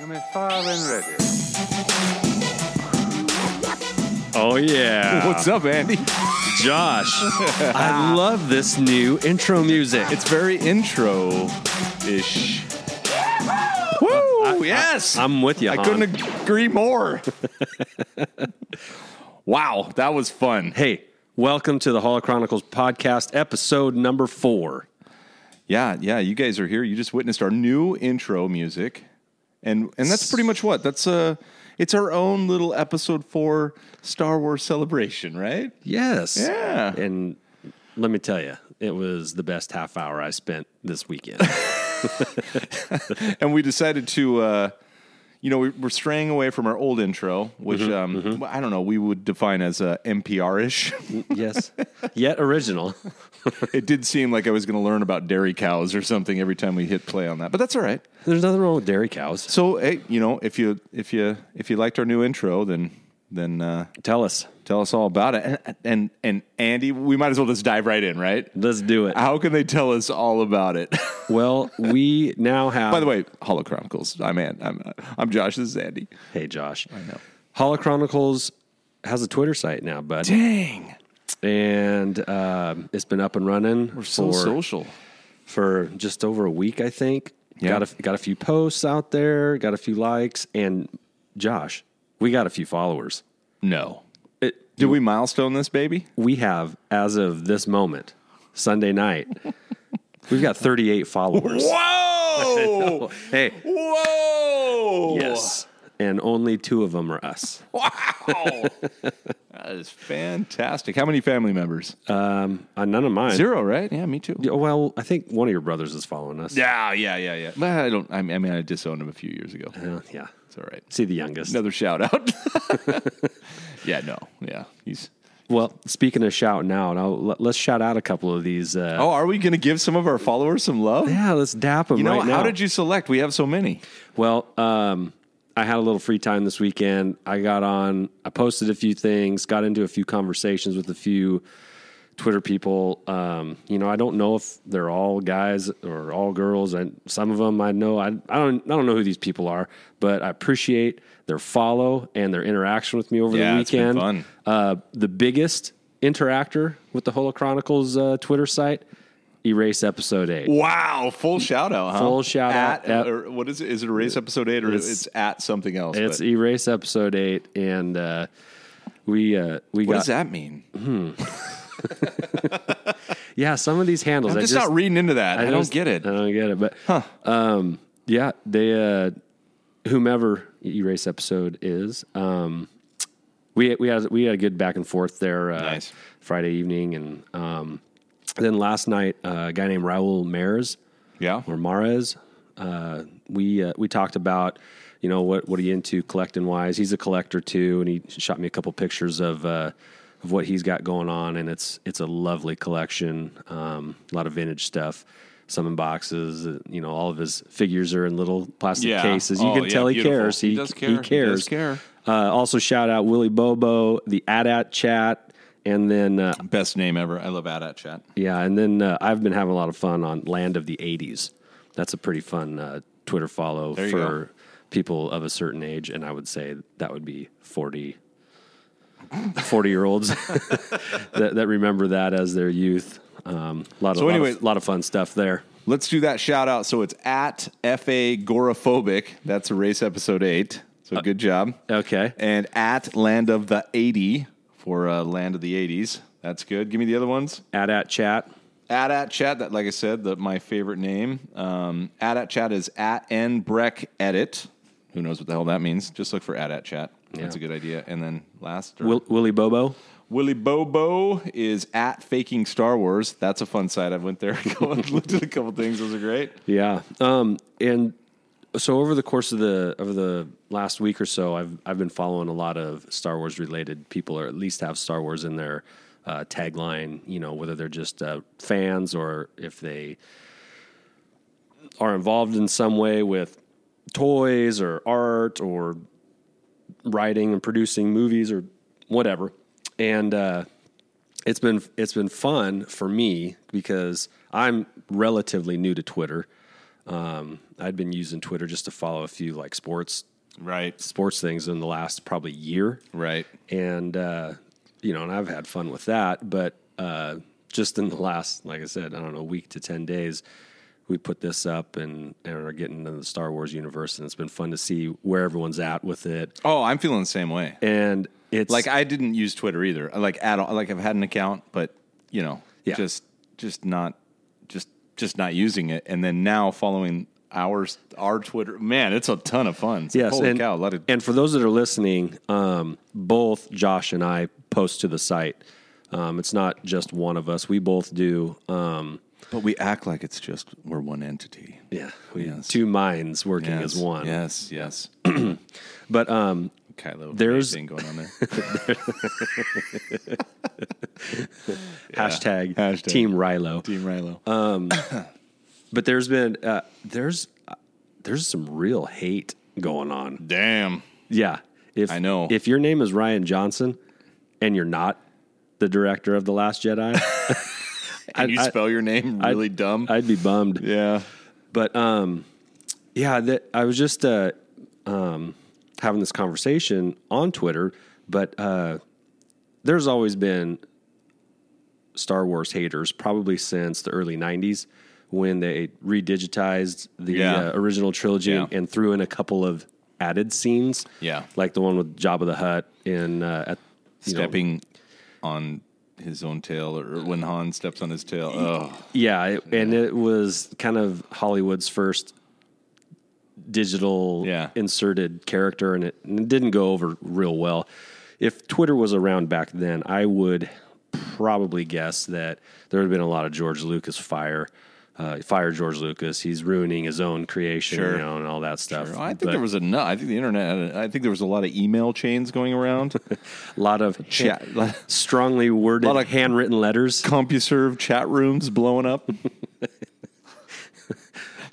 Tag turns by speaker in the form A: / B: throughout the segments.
A: You may fire when ready.
B: Oh yeah.
C: What's up, Andy?
B: Josh? I love this new intro music.
C: It's very intro ish. Woo! yes!
B: I'm with you.
C: Uh, I
B: Han.
C: couldn't agree more. wow, that was fun.
B: Hey, welcome to the Hall of Chronicles podcast, episode number four.
C: Yeah, yeah, you guys are here. You just witnessed our new intro music. And and that's pretty much what? That's uh it's our own little episode 4 Star Wars celebration, right?
B: Yes.
C: Yeah.
B: And let me tell you, it was the best half hour I spent this weekend.
C: and we decided to uh you know we, we're straying away from our old intro which um i don't know we would define as uh, npr-ish
B: yes. Yet original.
C: it did seem like i was going to learn about dairy cows or something every time we hit play on that but that's all right
B: There's nothing wrong with dairy cows.
C: so hey you know if you if you if you liked our new intro then then uh
B: Tell us.
C: tell us all about it and and, and andy we might as well just dive right in right
B: Let's do it.
C: how can they tell us all about it
B: Well, we now have.
C: by the way hollow chronicles i'm An- i'm i'm josh this is andy
B: hey Josh. I know. Hall of Chronicles has a Twitter site now, bud.
C: dang
B: and um, it's been up and running
C: so
B: for
C: social
B: for just over a week, I think.
C: Yeah.
B: Got a, got a few posts out there, got a few likes, and Josh, we got a few followers.
C: no
B: It,
C: Did we milestone this baby?
B: we have, as of this moment, Sunday night, we've got 38 followers.
C: Whoa!
B: Hey,
C: Whoa!
B: yes, and only two of them are us.
C: Wow! that is fantastic. How many family members?
B: Uh, none of mine.
C: Zero, right? Yeah, me too.
B: Yeah, Well, I think one of your brothers is following us.
C: Yeah, yeah, yeah, yeah. But I don't. I mean, I mean, I disowned him a few years ago.
B: Uh, yeah.
C: It's all right.
B: See the youngest.
C: Another shout out. yeah, no, yeah. He's.
B: Well, speaking of shouting out, I'll, let, let's shout out a couple of these. Uh,
C: Oh, are we going to give some of our followers some love?
B: Yeah, let's dap them
C: You know,
B: right now.
C: how did you select? We have so many.
B: Well, um, I had a little free time this weekend. I got on, I posted a few things, got into a few conversations with a few Twitter people. Um, you know, I don't know if they're all guys or all girls, and some of them I know I, I don't I don't know who these people are, but I appreciate their follow and their interaction with me over the
C: Yeah, it's been
B: weekend.
C: fun.
B: Uh, the biggest interactor with the Holo Chronicles uh, Twitter site, Erase Episode Eight.
C: Wow, full shout out, huh?
B: Full shout out.
C: At-
B: Yep.
C: or what is it? Is it Erase Episode 8 or it's, at something else?
B: It's
C: but-
B: Erase episode eight, and uh, we uh, we
C: what
B: got
C: does that mean?
B: yeah some of these handles.
C: I'm
B: I
C: just, not reading into that. I, don't
B: just- uh,
C: get it.
B: I don't get it. But um, yeah, they uh, whomever Erase episode is. Um, we we had we had a good back and forth there uh,
C: Nice.
B: Friday evening, and um, then last night uh, a guy named Raul Mares.
C: yeah.
B: or Mares. Uh, we uh, we talked about you know what what are you into collecting wise. He's a collector too, and he shot me a couple pictures of uh, of what he's got going on, and it's it's a lovely collection. Um, a lot of vintage stuff. Some in boxes, uh, you know, all of his figures are in little plastic
C: Yeah.
B: cases. You
C: Oh,
B: can
C: yeah,
B: tell he
C: beautiful.
B: cares.
C: He does care. He
B: He
C: does
B: cares.
C: care.
B: Uh, also, shout out Willie Bobo, the ADAT chat, and then uh,
C: Best name ever. I love at chat.
B: yeah, and then uh, I've been having a lot of fun on Land of the 80s. That's a pretty fun uh, Twitter follow
C: There you
B: for people of a certain age, and I would say that would be 40, 40 year olds that, that remember that as their youth. Um, lot of,
C: So
B: lot of-
C: anyway-
B: lot of fun stuff there.
C: Let's do that shout out. So it's at FA Gorophobic. That's Erase Episode 8.
B: Uh,
C: So good job.
B: Okay.
C: And at Land of the 80 for uh, Land of the 80s. That's good. Give me the other ones.
B: At at chat.
C: At at chat, that like I said, that my favorite name. Um, at at chat is at nbreck edit. Who knows what the hell that means? Just look for at at chat. That's a good idea. And then last, or-
B: Will, Willie Bobo.
C: Willy Bobo is at faking Star Wars. That's a fun site. I went there, and looked at a couple things. Those are great.
B: Yeah. Um, and so over the course of the over the last week or so, I've I've been following a lot of Star Wars related people, or at least have Star Wars in their uh, tagline. You know, whether they're just uh, fans or if they are involved in some way with toys or art or writing and producing movies or whatever. And uh, it's been it's been fun for me because I'm relatively new to Twitter. Um, I'd been using Twitter just to follow a few like sports
C: Right.
B: sports things in the last probably year,
C: Right.
B: and uh, you know, and I've had fun with that. But uh, just in the last, like I said, I don't know, week to ten days, we put this up and and are getting into the Star Wars universe, and it's been fun to see where everyone's at with it.
C: Oh, I'm feeling the same way.
B: And it's
C: Like I didn't use Twitter either. Like at all. Like I've had an account, but you know,
B: Yeah.
C: just just not just just not using it. And then now following ours our Twitter, man, it's a ton of fun. It's like,
B: Yes,
C: holy
B: and,
C: cow! A lot of
B: and for those that are listening, um, both Josh and I post to the site. Um, it's not just one of us; we both do. Um,
C: But we act like it's just we're one entity.
B: yeah, we
C: Yes.
B: two minds working
C: Yes,
B: as one.
C: Yes, yes.
B: But um,
C: Kylo,
B: There's-
C: there's thing going on there.
B: hashtag,
C: Hashtag.
B: Team Rilo.
C: Team Rilo.
B: But there's been uh, there's uh, there's some real hate going on.
C: Damn.
B: Yeah, if
C: I know.
B: if your name is Ryan Johnson and you're not the director of the Last Jedi,
C: And you spell your name really dumb.
B: I'd be bummed.
C: yeah.
B: But um, yeah, that I was just uh, um, having this conversation on Twitter, but uh, there's always been Star Wars haters, probably since the early '90s when they redigitized the
C: Yeah.
B: uh, original trilogy
C: Yeah.
B: and threw in a couple of added scenes.
C: Yeah.
B: like the one with Jabba the Hutt in uh, at you know,
C: Stepping on his own tail, or when Han steps on his tail. Oh,
B: Yeah, it, and it was kind of Hollywood's first digital
C: Yeah.
B: inserted character, and it, and it didn't go over real well. If Twitter was around back then, I would probably guess that there would have been a lot of George Lucas fire. Uh, fire George Lucas. He's ruining his own creation,
C: Sure.
B: you know, and all that stuff.
C: I think
B: But
C: there was a no. I think the internet. had a- I think there was a lot of email chains going around.
B: a lot of
C: Chat-
B: strongly worded,
C: Lot of-
B: handwritten letters.
C: CompuServe chat rooms blowing up.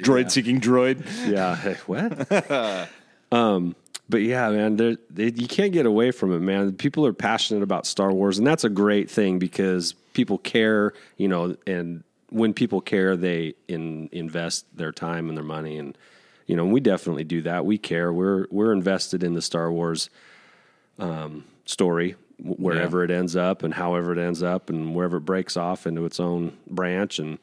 C: droid seeking droid.
B: yeah. hey, What? um, but yeah, man, there- they, you can't get away from it, man. People are passionate about Star Wars, and that's a great thing because people care, you know, and when people care, they in, invest their time and their money, and you know, we definitely do that. We care. We're we're invested in the Star Wars um, story. wh- Wherever it ends up, and however it ends up, and wherever it breaks off into its own branch, and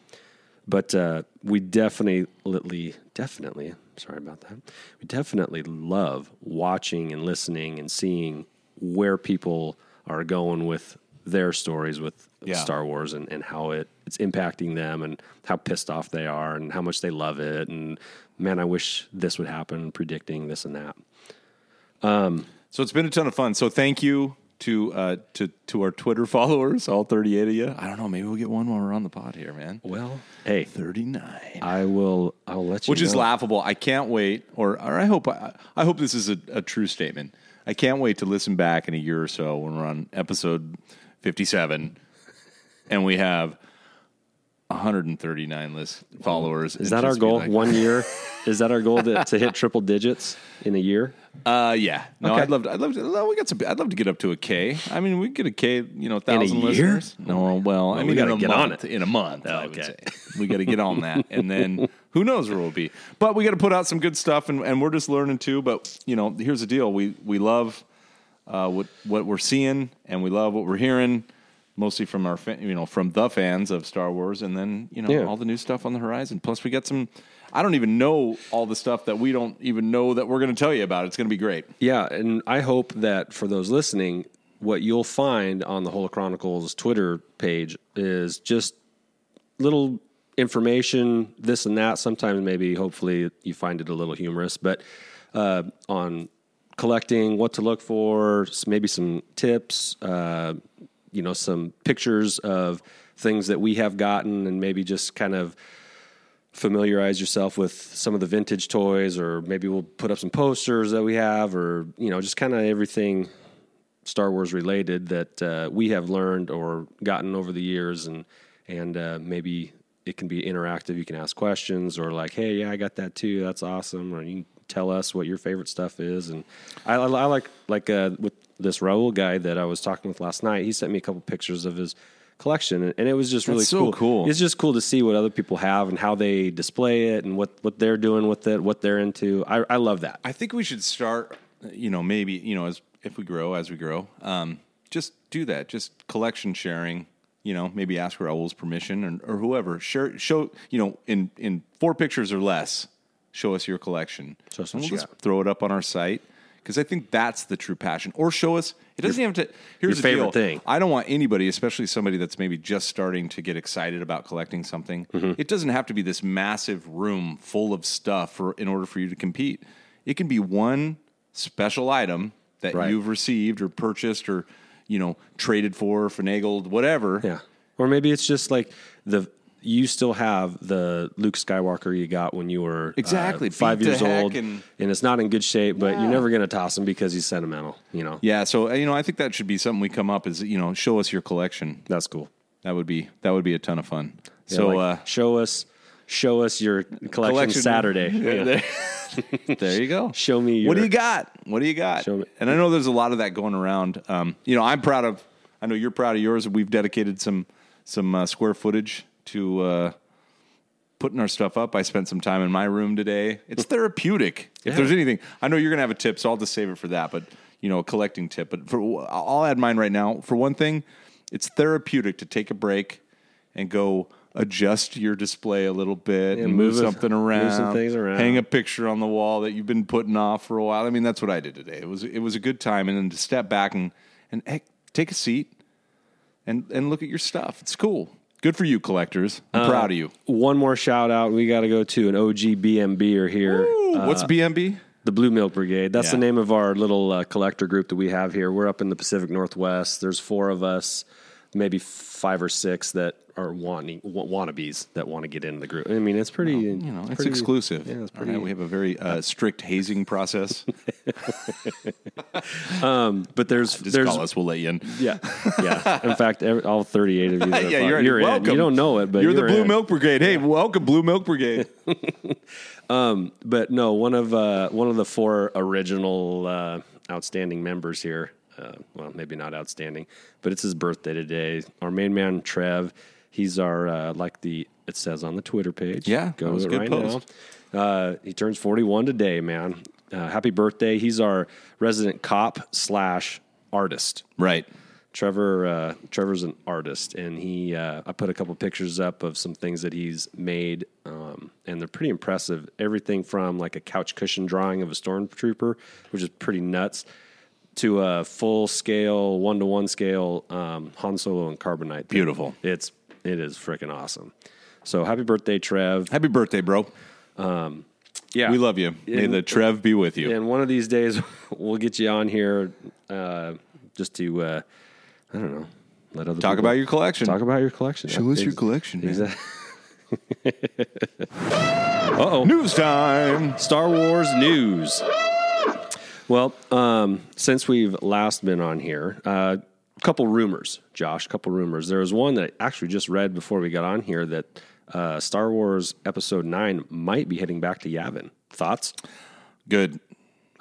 B: but uh, we definitely, definitely, sorry about that. We definitely love watching and listening and seeing where people are going with their stories with
C: Yeah.
B: Star Wars and, and how it, it's impacting them and how pissed off they are and how much they love it. And man, I wish this would happen, predicting this and that.
C: So it's been a ton of fun. So thank you to uh, to to our Twitter followers, all 38 of you. I don't know, maybe we'll get one while we're on the pod here, man.
B: Well, hey,
C: 39.
B: I will, I'll let you
C: Which is
B: know.
C: laughable. I can't wait or, or I hope I, I hope this is a, a true statement. I can't wait to listen back in a year or so when we're on episode 57 and we have 139 list followers.
B: Is that our goal? One year? Is that our goal to, to hit triple digits in a year?
C: Uh, yeah. No,
B: Okay.
C: I'd love to. I'd love to. well, We got some. I'd love to get up to a K. I mean, we get a K. You know, thousand
B: year? Oh
C: listeners. No, well, I mean,
B: we gotta
C: in a
B: get on
C: month,
B: it.
C: in a month. I would
B: Okay.
C: say. we got to get on that, and then who knows where we'll be. But we got to put out some good stuff, and, and we're just learning too. But you know, here's the deal: we we love uh, what what we're seeing, and we love what we're hearing. Mostly from our, fan, you know, from the fans of Star Wars, and then you know
B: Yeah.
C: all the new stuff on the horizon. Plus, we got some. I don't even know all the stuff that we don't even know that we're going to tell you about. It's going to be great.
B: Yeah, and I hope that for those listening, what you'll find on the Holo Chronicles Twitter page is just little information, this and that. Sometimes maybe, hopefully, you find it a little humorous, but uh, on collecting, what to look for, s- maybe some tips, uh, you know, some pictures of things that we have gotten, and maybe just kind of familiarize yourself with some of the vintage toys or maybe we'll put up some posters that we have or you know just kind of everything star wars related that uh, we have learned or gotten over the years and and uh, maybe it can be interactive you can ask questions or like hey yeah i got that too that's awesome or you can tell us what your favorite stuff is and i, I, I like like uh, with this raul guy that i was talking with last night he sent me a couple pictures of his collection, and- and it was just really
C: That's so cool.
B: It's just cool to see what other people have and how they display it and what what they're doing with it, what they're into. I I love that.
C: I think we should start. You know, maybe you know, as if we grow, as we grow, um, just do that. Just collection sharing. You know, maybe ask Raul's permission or, or whoever. Share, show. You know, in in four pictures or less, show us your collection.
B: Show us
C: And
B: what
C: we'll
B: you
C: just
B: got.
C: Throw it up on our site because I think that's the true passion. Or show us. It doesn't even have to. Here's the
B: favorite
C: deal.
B: thing.
C: I don't want anybody, especially somebody that's maybe just starting to get excited about collecting something.
B: Mm-hmm.
C: It doesn't have to be this massive room full of stuff for, in order for you to compete. It can be one special item that
B: Right.
C: you've received or purchased or you know traded for, finagled, whatever.
B: Yeah. Or maybe it's just like the you still have the Luke Skywalker you got when you were uh,
C: Exactly.
B: five
C: Beat to
B: years
C: heck
B: old,
C: and-
B: and, it's not in good shape, but
C: Yeah.
B: you're never gonna toss him because he's sentimental. You know,
C: Yeah, so uh, you know, I think that should be something we come up is you know, show us your collection.
B: that's cool.
C: That would be that would be a ton of fun.
B: Yeah,
C: so
B: like,
C: uh,
B: show us, show us your collection,
C: Collection.
B: Saturday.
C: Yeah,
B: Yeah.
C: There, there you go.
B: Show me
C: what do
B: your-
C: you got. What do you got?
B: Show me-
C: And I know there's a lot of that going around. Um, you know, I'm proud of. I know you're proud of yours. We've dedicated some some uh, square footage to uh, putting our stuff up. I spent some time in my room today. It's therapeutic. If
B: Yeah.
C: there's anything, I know you're gonna have a tip, so I'll just save it for that. But you know, a collecting tip. But for I'll add mine right now. For one thing, it's therapeutic to take a break and go adjust your display a little bit and move,
B: move it-
C: something
B: move
C: around,
B: some things around.
C: hang a picture on the wall that you've been putting off for a while. I mean, that's what I did today. It was it was a good time, and then to step back and and heck, take a seat and and look at your stuff. It's cool. Good for you, collectors.
B: Uh,
C: I'm proud of you.
B: One more shout out. We got to go to an OG BMB or here.
C: Ooh,
B: Uh,
C: what's BMB?
B: The Blue Milk Brigade. That's
C: Yeah.
B: the name of our little uh, collector group that we have here. We're up in the Pacific Northwest. There's four of us, maybe five or six that are wanting wa- wannabes that want to get into the group. I mean, it's pretty.
C: You know, it's
B: pretty-
C: exclusive.
B: Yeah, it's
C: All right,
B: pretty.
C: we have a very uh, strict hazing process.
B: But there's
C: Just
B: there's
C: call us. We'll let you in.
B: yeah yeah. In fact, every, all 38 of you. That
C: yeah,
B: are-
C: you're, in.
B: you're in.
C: welcome.
B: You don't know it, but
C: you're, the
B: you're
C: Blue
B: in.
C: Milk Brigade. Hey, welcome, Blue Milk Brigade.
B: but no, one of uh, one of the four original uh, outstanding members here. Uh, well, maybe not outstanding, but it's his birthday today. Our main man Trev, he's our uh, like the it says on the Twitter page.
C: Yeah,
B: go
C: that was
B: to
C: a
B: it
C: good
B: right
C: post.
B: now. Uh, he turns forty one today, man. Uh, happy birthday! He's our resident cop slash artist.
C: right.
B: Trevor uh, Trevor's an artist, and he uh, I put a couple pictures up of some things that he's made, um, and they're pretty impressive. Everything from like a couch cushion drawing of a stormtrooper, which is pretty nuts, to a full scale one to one scale um, Han Solo and Carbonite. thing.
C: Beautiful.
B: It's it is freaking awesome. So happy birthday, Trev!
C: Happy birthday, bro.
B: Yeah,
C: We love you. May
B: And-
C: the Trev be with you.
B: And one of these days, we'll get you on here uh, just to uh, I don't know. Let other
C: Talk
B: people-
C: about your collection.
B: Talk about your collection.
C: Show us your collection, man.
B: Uh oh.
C: News time.
B: Star Wars news. Well, um, since we've last been on here, a uh, couple rumors, Josh, a couple rumors. There was one that I actually just read before we got on here that uh, Star Wars Episode 9 might be heading back to Yavin. Thoughts?
C: Good.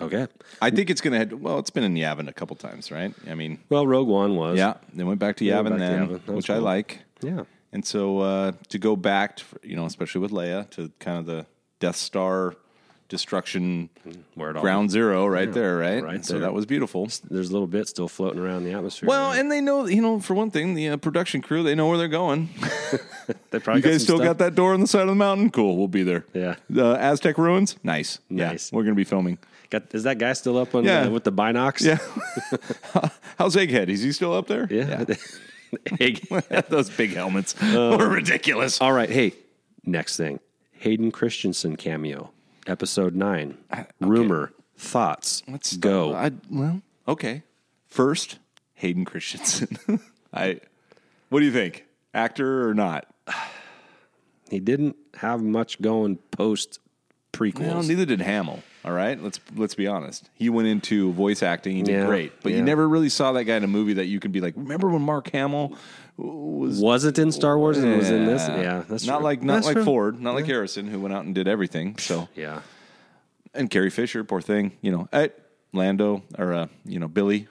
B: Okay.
C: I think it's going to head. Well, it's been in Yavin a couple times, right? I mean,
B: Well, Rogue One was.
C: yeah, they went back to Yavin
B: went back to
C: then,
B: Yavin. That was
C: which I
B: cool.
C: like.
B: Yeah.
C: And so uh, to go back, to, you know, especially with Leia, to kind of the Death Star destruction
B: Where it all
C: ground zero right there, right?
B: right
C: And So
B: there.
C: that was beautiful.
B: There's a little bit still floating around the atmosphere.
C: Well, and they know, you know, for one thing, the uh, production crew, they know where they're going.
B: they probably
C: You guys still
B: got
C: got that door on the side of the mountain? Cool, we'll be there.
B: Yeah.
C: The Aztec ruins? Nice. Yeah,
B: Nice.
C: we're going to be filming.
B: Got, is that guy still up on
C: Yeah.
B: uh, with the binocs?
C: Yeah. How's Egghead? Is he still up there?
B: yeah. Egg.
C: Those big helmets
B: Uh,
C: were ridiculous.
B: All right, hey, next thing, Hayden Christensen cameo, episode nine. Rumor, thoughts. Let's go.
C: I, well, okay. First, Hayden Christensen. I. What do you think? Actor or not?
B: he didn't have much going post
C: Well,
B: prequels.
C: neither did Hamill. All right, let's let's be honest. He went into voice acting. He did
B: Yeah,
C: great, but you
B: yeah.
C: never really saw that guy in a movie that you could be like, remember when Mark Hamill was
B: was it in Star Wars and it was in this?
C: Yeah.
B: Yeah, Uh, that's
C: not
B: true.
C: like not
B: That's
C: like
B: true.
C: Ford, not like Harrison, who went out and did everything. So
B: Yeah,
C: and Carrie Fisher, poor thing, you know, at Lando or uh, you know Billy.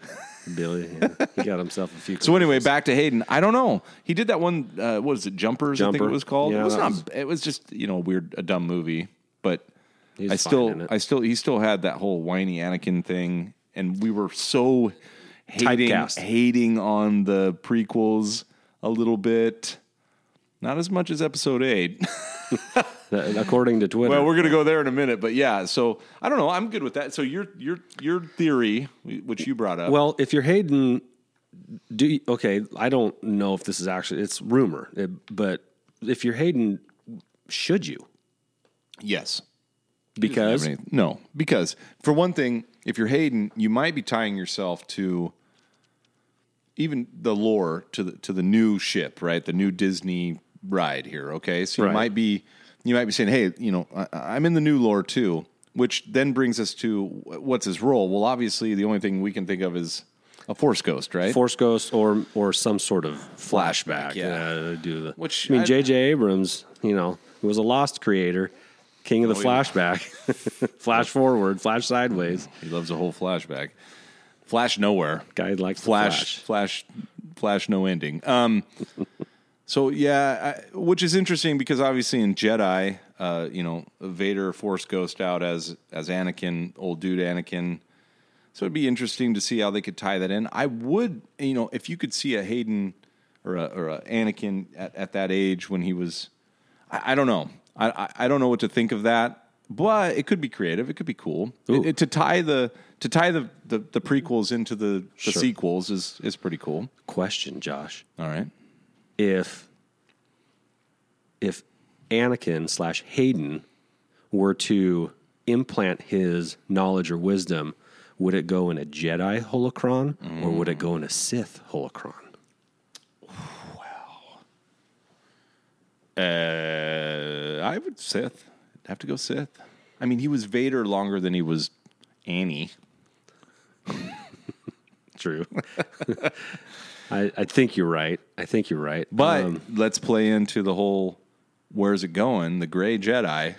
B: Billy, yeah. he got himself a few.
C: So anyway, back to Hayden. I don't know. He did that one. Uh, what is it? Jumpers. I think
B: Jumper.
C: it was called.
B: Yeah,
C: it was
B: that
C: not.
B: was-
C: It was just you know a weird, a dumb movie. But
B: He's
C: I
B: fine in
C: still,
B: it.
C: I still, he still had that whole whiny Anakin thing, and we were so hating,
B: Typecast.
C: hating on the prequels a little bit. Not as much as Episode Eight.
B: back, uh, according to Twitter.
C: Well, we're gonna go there in a minute, but yeah. So I don't know. I'm good with that. So your your your theory, which you brought up,
B: Well, if you're Hayden, do you, okay. I don't know if this is actually it's rumor, eh, but if you're Hayden, should you?
C: yes,
B: Because
C: I mean, no, because for one thing, if you're Hayden, you might be tying yourself to even the lore to the to the new ship, right? The new Disney ride here. Okay, so you
B: Right.
C: might be you might be saying, hey, you know, I, I'm in the new lore too, which then brings us to wh- what's his role? Well, obviously, the only thing we can think of is a Force Ghost, right?
B: Force Ghost or or some sort of flashback.
C: yeah.
B: uh, do the
C: Which
B: I mean,
C: I-
B: J.J. Abrams, you know, who was a Lost creator, king of the
C: Oh, yeah.
B: flashback, flash forward, flash sideways.
C: he loves a whole flashback. Flash nowhere.
B: Guy likes the
C: flash,
B: flash.
C: flash, flash, no ending. Um, so yeah, I, which is interesting because obviously in Jedi, uh, you know, Vader Force Ghost out as as Anakin, old dude Anakin. So it'd be interesting to see how they could tie that in. I would, you know, if you could see a Hayden or a, or a Anakin at, at that age when he was, I, I don't know, I, I I don't know what to think of that. But it could be creative. It could be cool It- it- to tie the to tie the, the, the prequels into the, the
B: Sure.
C: sequels is is pretty cool.
B: Question, Josh.
C: All right.
B: if if Anakin slash Hayden were to implant his knowledge or wisdom, would it go in a Jedi holocron or would it go in a Sith holocron?
C: Uh, I would Sith. I'd have to go Sith. I mean, he was Vader longer than he was Annie.
B: True. I, I think you're right. I think you're right.
C: But
B: Um,
C: let's play into the whole where's it going? The gray Jedi,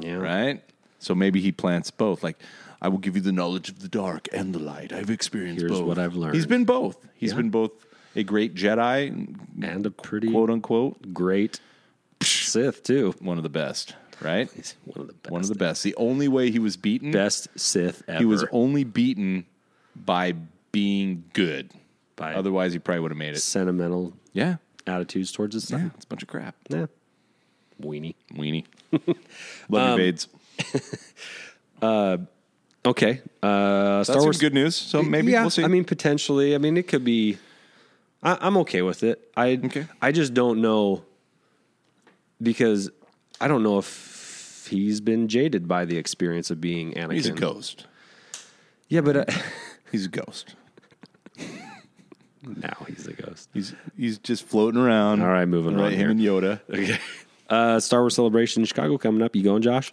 B: yeah,
C: right? So maybe he plants both. Like, I will give you the knowledge of the dark and the light. I've experienced
B: Here's
C: both.
B: what I've learned.
C: He's been both. He's been both a great Jedi,
B: and a pretty
C: quote unquote,
B: great Sith too.
C: one of the best, right?
B: He's one of the best,
C: One of the best. The only way he was beaten,
B: best Sith ever.
C: he was only beaten by being good.
B: By-
C: Otherwise, he probably would have made it.
B: sentimental
C: Yeah.
B: attitudes towards his
C: Yeah.
B: son.
C: It's a bunch of crap.
B: Yeah. Weenie.
C: Weenie. Love
B: Um,
C: you, Vades.
B: Okay. Uh, Star
C: That's some
B: Wars.
C: good news. So maybe
B: yeah,
C: we'll see.
B: I mean, potentially. I mean, it could be. I, I'm okay with it. I
C: Okay.
B: I just don't know because I don't know if he's been jaded by the experience of being Anakin.
C: he's a ghost.
B: Yeah, but uh,
C: He's a ghost.
B: now he's a ghost.
C: He's he's just floating around.
B: All right, moving
C: right,
B: on
C: Him and Yoda.
B: Okay. Uh, Star Wars Celebration in Chicago coming up. You going, Josh?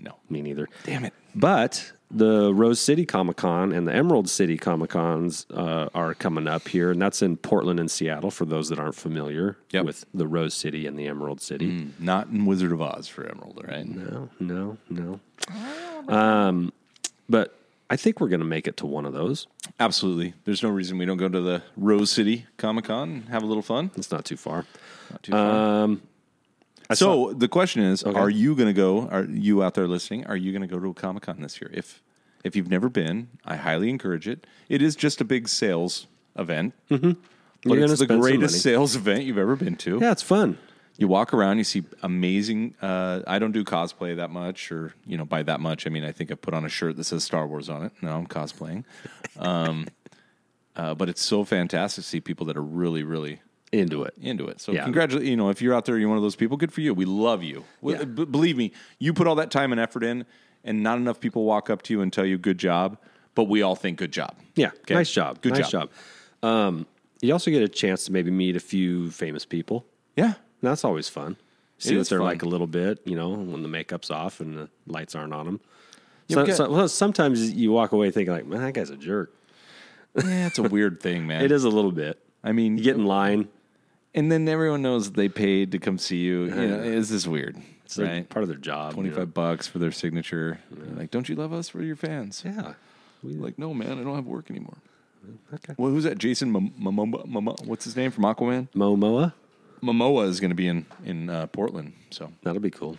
C: No.
B: Me neither.
C: Damn it.
B: But the Rose City Comic Con and the Emerald City Comic Cons uh, are coming up here, and that's in Portland and Seattle. For those that aren't familiar
C: Yep. Mm.
B: with the Rose City and the Emerald City,
C: Hmm, Not in Wizard of Oz for Emerald, all right?
B: no, no, no. Um, but I think we're going to make it to one of those.
C: Absolutely. There's no reason we don't go to the Rose City Comic Con and have a little fun.
B: It's not too far.
C: Not too far.
B: Um,
C: so the question is: Are you going to go? Are you out there listening? Are you going to go to a Comic Con this year? If if you've never been, I highly encourage it. It is just a big sales event, but
B: Hmm. You're gonna
C: it's the
B: spend some
C: greatest
B: money.
C: sales event you've ever been to.
B: Yeah, it's fun.
C: You walk around, you see amazing. Uh, I don't do cosplay that much, or you know, by that much I mean I think I put on a shirt that says Star Wars on it. No, I'm cosplaying, um, uh, but it's so fantastic to see people that are really, really
B: Into it.
C: into it. So
B: Yeah.
C: congratulate you know if you're out there, you're one of those people. Good for you. We love you. We-
B: Yeah.
C: b- believe me, you put all that time and effort in, and not enough people walk up to you and tell you good job. But we all think good job.
B: Yeah,
C: Okay?
B: nice job.
C: Good
B: nice job. Um, you also get a chance to maybe meet a few famous people.
C: Yeah.
B: And That's always fun. See
C: It
B: what
C: is
B: they're
C: fun.
B: like a little bit, you know, when the makeup's off and the lights aren't on them.
C: Yeah,
B: so,
C: we got-
B: so- well, sometimes you walk away thinking like, man, that guy's a jerk.
C: Yeah, it's a weird thing, man.
B: It is a little bit.
C: I mean,
B: You get in line.
C: and then everyone knows they paid to come see you. you know, this is weird,
B: It's their-
C: right?
B: part of their job. you know.
C: 25 bucks for their signature. Like, don't you love us? We're your fans.
B: Yeah.
C: Like, no, man, I don't have work anymore.
B: Okay.
C: Well, who's that? Jason Mom- Momoa. Momoa- What's his name from Aquaman?
B: Momoa,
C: Momoa is going to be in in uh, Portland, so
B: that'll be cool.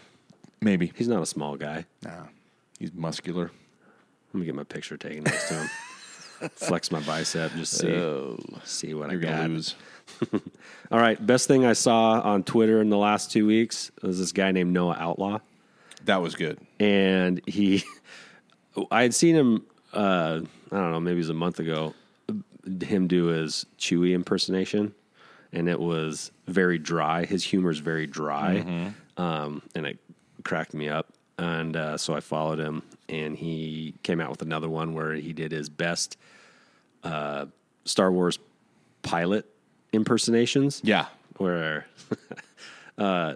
C: maybe.
B: He's not a small guy.
C: Nah, he's muscular.
B: Let me get my picture taken next to him. Flex my bicep, just see see what I
C: Oh. You're going to
B: got.
C: lose.
B: All right, best thing I saw on Twitter in the last two weeks was this guy named Noah Outlaw,
C: That was good.
B: and he, I had seen him, uh, I don't know, maybe it was a month ago, him do his Chewy impersonation, and it was very dry. His humor is very dry, um, and it cracked me up. And uh, so I followed him, and he came out with another one where he did his best uh, Star Wars pilot impersonations
C: Yeah.
B: where uh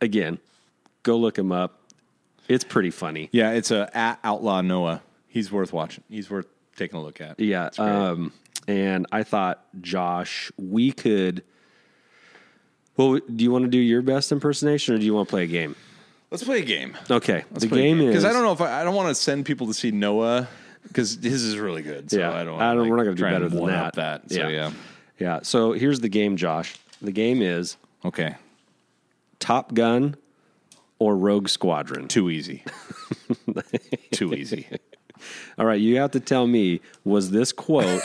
B: again go look him up it's pretty funny
C: Yeah, it's a at Outlaw Noah. He's worth watching. He's worth taking a look at.
B: yeah
C: It's great.
B: um and i thought josh we could well do you want to do your best impersonation or do you want to play a game
C: Let's play a game.
B: okay the game is
C: because I don't know if I, I don't want to send people to see Noah because his is really good. So
B: yeah
C: I don't.
B: I
C: wanna,
B: don't
C: like,
B: we're not going to do
C: try and
B: better than
C: one-up
B: that
C: that. So, yeah.
B: yeah so here's the game josh the game is
C: Okay.
B: top gun or rogue squadron
C: Too easy. Too easy.
B: All right, you have to tell me was this quote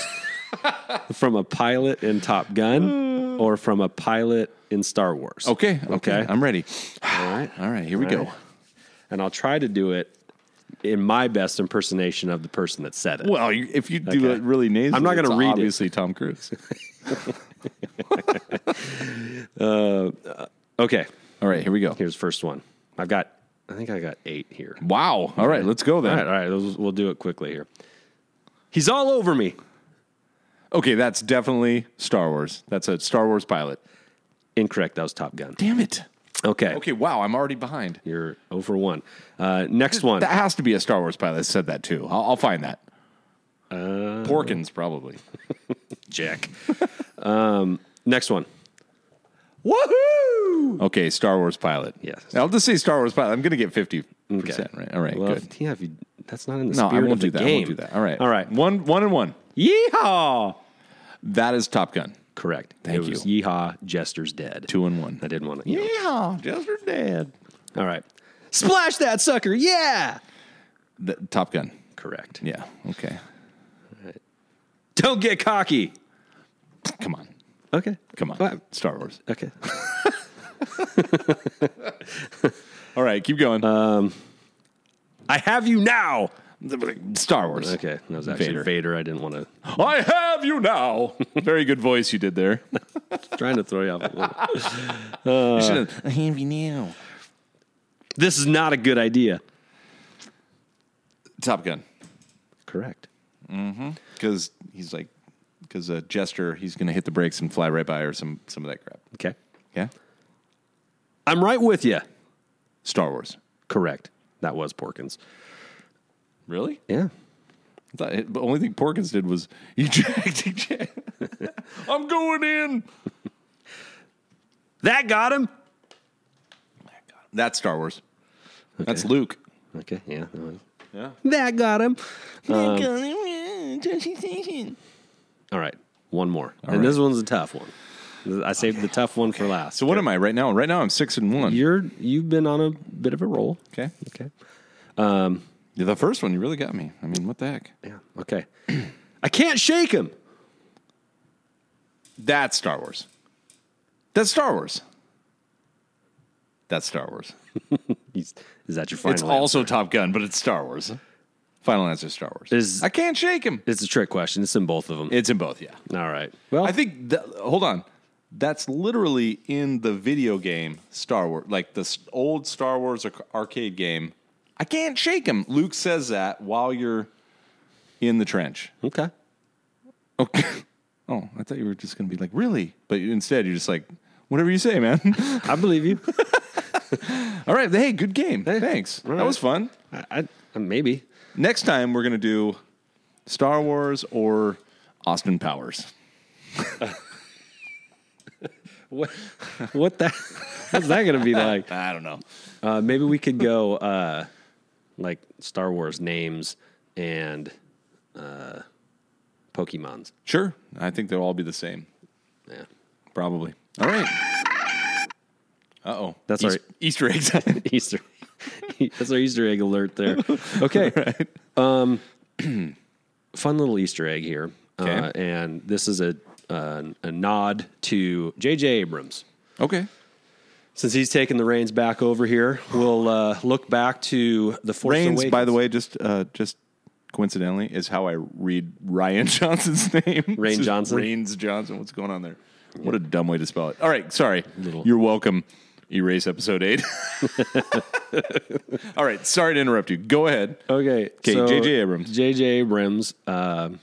B: from a pilot in Top Gun or from a pilot in Star Wars?
C: Okay. Okay.
B: Okay.
C: I'm ready.
B: All right.
C: All right. Here we
B: All
C: go.
B: right. And I'll try to do it in my best impersonation of the person that said it.
C: Well, you- if you do
B: Okay.
C: it really nasally,
B: I'm not gonna
C: it's
B: read it.
C: Obviously, Tom Cruise.
B: Okay,
C: All right. Here we go.
B: here's the first one. I've got I think I got 8 here.
C: Wow. All right. Let's go
B: All
C: then.
B: right, all right, we'll, we'll do it quickly here. He's all over me.
C: Okay. That's definitely Star Wars. That's a Star Wars pilot.
B: Incorrect. That was Top Gun.
C: Damn it.
B: Okay.
C: Okay. Wow. I'm already behind.
B: You're over 1. Uh, next one.
C: That has to be a Star Wars pilot that said that too. I'll, I'll find that.
B: Uh,
C: Porkins probably.
B: Jack. um, next one.
C: Woohoo! Okay, Star Wars pilot.
B: Yes.
C: I'll just say Star Wars pilot. I'm going to get 50% right. All right,
B: Well,
C: good.
B: if- yeah, if you, that's not in the
C: No,
B: spirit
C: I won't
B: of the
C: do that. I
B: game.
C: won't do that. All right.
B: All right.
C: One one and one.
B: Yeehaw!
C: That is Top Gun.
B: Correct.
C: Thank
B: it
C: you.
B: Was Yeehaw, Jester's dead.
C: Two and one.
B: I didn't want to.
C: Yeah, just her dad.
B: All right. Splash that sucker. Yeah.
C: The, Top Gun.
B: Correct.
C: Yeah. Okay.
B: Don't get cocky.
C: Come on.
B: Okay.
C: Come on.
B: Well,
C: Star Wars.
B: Okay.
C: All right, keep going.
B: Um, I have you now.
C: Star Wars.
B: Okay. That was actually
C: Vader.
B: Vader. I didn't want to.
C: I have you now. Very good voice you did there.
B: Trying to throw you off. A little.
C: you should have. Uh, I have you now.
B: This is not a good idea.
C: Top Gun.
B: Correct.
C: because he's like because a jester he's going to hit the brakes and fly right by or some some of that crap.
B: Okay.
C: Yeah,
B: I'm right with you.
C: Star Wars.
B: Correct. That was Porkins.
C: Really?
B: Yeah.
C: I thought it, the only thing Porkins did was you dragged a jet. I'm going in.
B: That got him.
C: That's Star Wars. That's Luke.
B: Okay. Yeah. that was-
C: Yeah.
B: That got him.
C: Um, So
B: All right, one more, and
C: right.
B: this one's a tough one. I saved the tough one for last.
C: what am I right now? Right now I'm six and one.
B: You're you've been on a bit of a roll.
C: okay.
B: Okay.
C: The first one you really got me. I mean, what the heck?
B: Yeah. Okay. I can't shake him.
C: That's Star Wars. That's Star Wars. That's Star Wars.
B: He's, is that your final?
C: It's
B: answer?
C: also Top Gun, but it's Star Wars. Final answer is Star Wars.
B: Is-
C: I can't shake him.
B: It's a trick question. It's in both of them.
C: It's in both, yeah.
B: All right. Well,
C: I think. That, hold on, that's literally in the video game Star Wars, like the s- old Star Wars arc- arcade game. I can't shake him. Luke says that while you're in the trench.
B: okay.
C: Okay. Oh, I thought you were just going to be like, really? But you- instead, you're just like, whatever you say, man.
B: I believe you.
C: All right. Hey, good game.
B: Hey,
C: Thanks.
B: all
C: That
B: right.
C: was fun.
B: I, I maybe.
C: Next time we're gonna do Star Wars or Austin Powers.
B: What? What that? What's that going to be like?
C: I don't know.
B: Uh, maybe we could go uh, like Star Wars names and uh, Pokemons.
C: Sure. I think they'll all be the same.
B: Yeah.
C: Probably. All right. Uh oh.
B: That's all right.
C: Easter eggs.
B: Easter. That's our Easter egg alert there. Okay. Um, fun little Easter egg here. Uh,
C: Okay.
B: and this is a, uh, a nod to J.J. Abrams.
C: okay.
B: Since he's taken the reins back over here, we'll uh, look back to the Force
C: Reigns,
B: Awakens.
C: by the way, just uh, just coincidentally, is how I read Ryan Johnson's name. It's just
B: Johnson?
C: Reigns Johnson. What's going on there? What a dumb way to spell it. All right, sorry. You're welcome. Erase episode eight. All right, sorry to interrupt you. Go ahead.
B: Okay. Okay.
C: J.J. Abrams.
B: J.J. Abrams. um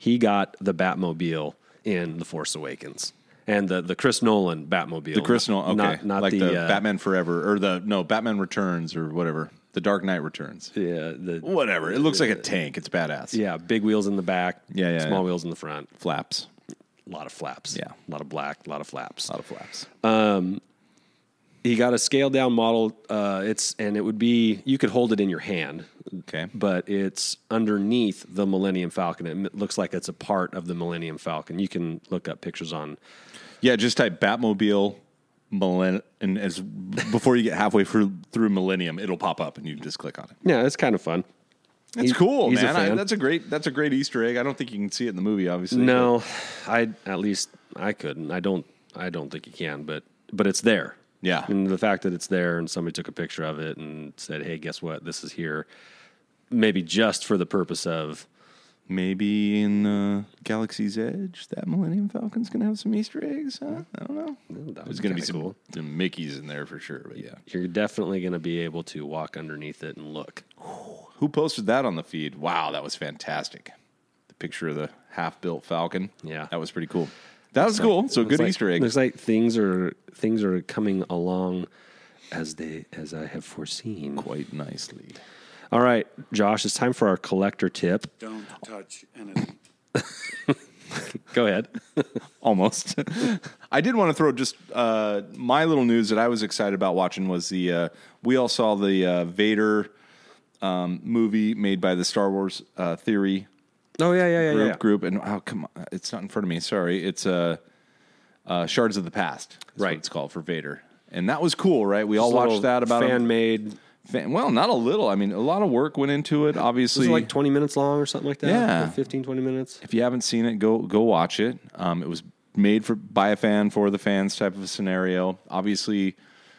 B: he got the Batmobile in The Force Awakens and the, the Chris Nolan Batmobile.
C: The Chris Nolan, okay,
B: Not, not
C: like the,
B: the, uh,
C: Batman Forever or the no Batman Returns or whatever. The Dark Knight Returns.
B: Yeah. The,
C: Whatever. It looks like a tank. It's badass.
B: yeah. Big wheels in the back.
C: Yeah, yeah,
B: Small
C: yeah.
B: wheels in the front.
C: Flaps.
B: A lot of flaps.
C: Yeah.
B: A lot of black. A lot of flaps.
C: A lot of flaps.
B: Uh, He got a scaled down model. Uh, it's and it would be you could hold it in your hand.
C: Okay.
B: But it's underneath the Millennium Falcon. It m- looks like it's a part of the Millennium Falcon. You can look up pictures on
C: Yeah, just type Batmobile millenn and as before you get halfway through through Millennium, it'll pop up and you just click on it.
B: Yeah, it's kind of fun.
C: It's
B: He-
C: cool,
B: he's a
C: man. I,
B: fan.
C: that's a great that's a great Easter egg. I don't think you can see it in the movie, obviously.
B: No, I at least I couldn't. I don't. I don't think you can. But but it's there.
C: Yeah.
B: and the fact that it's there and somebody took a picture of it and said, "Hey, guess what? This is here." Maybe just for the purpose of
C: but Maybe in uh, Galaxy's Edge, that Millennium Falcon's gonna have some Easter eggs. Huh? I don't know.
B: that
C: There's
B: would
C: gonna be
B: kinda
C: some,
B: cool.
C: some Mickey's in there for sure. But yeah,
B: You're definitely going to be able to walk underneath it and look.
C: who posted that on the feed? Wow, that was fantastic. The picture of the half-built Falcon.
B: Yeah.
C: that was pretty cool. That was cool. so
B: Looks
C: good
B: like-
C: Easter egg.
B: Looks like things are things are coming along as they as I have foreseen.
C: Quite nicely.
B: All right, Josh, it's time for our collector tip.
A: Don't touch anything.
B: Go ahead.
C: almost. I did want to throw just uh, my little news that I was excited about watching was the uh, we all saw the uh, Vader um, movie made by the Star Wars uh, Theory
B: Oh yeah, yeah, yeah,
C: group, group, and oh come on, it's not in front of me. Sorry, it's uh, uh, Shards of the Past. is what
B: Right.
C: it's called for Vader, and that was cool, right? We all
B: Just a little
C: watched that about
B: fan
C: him.
B: made.
C: Fan- well, not a little. I mean, a lot of work went into it. Obviously,
B: Was it like 20 minutes long or something like that?
C: Yeah.
B: Like 15, 20 minutes.
C: if you haven't seen it, go go watch it. Um, it was made for by a fan for the fans type of a scenario. Obviously,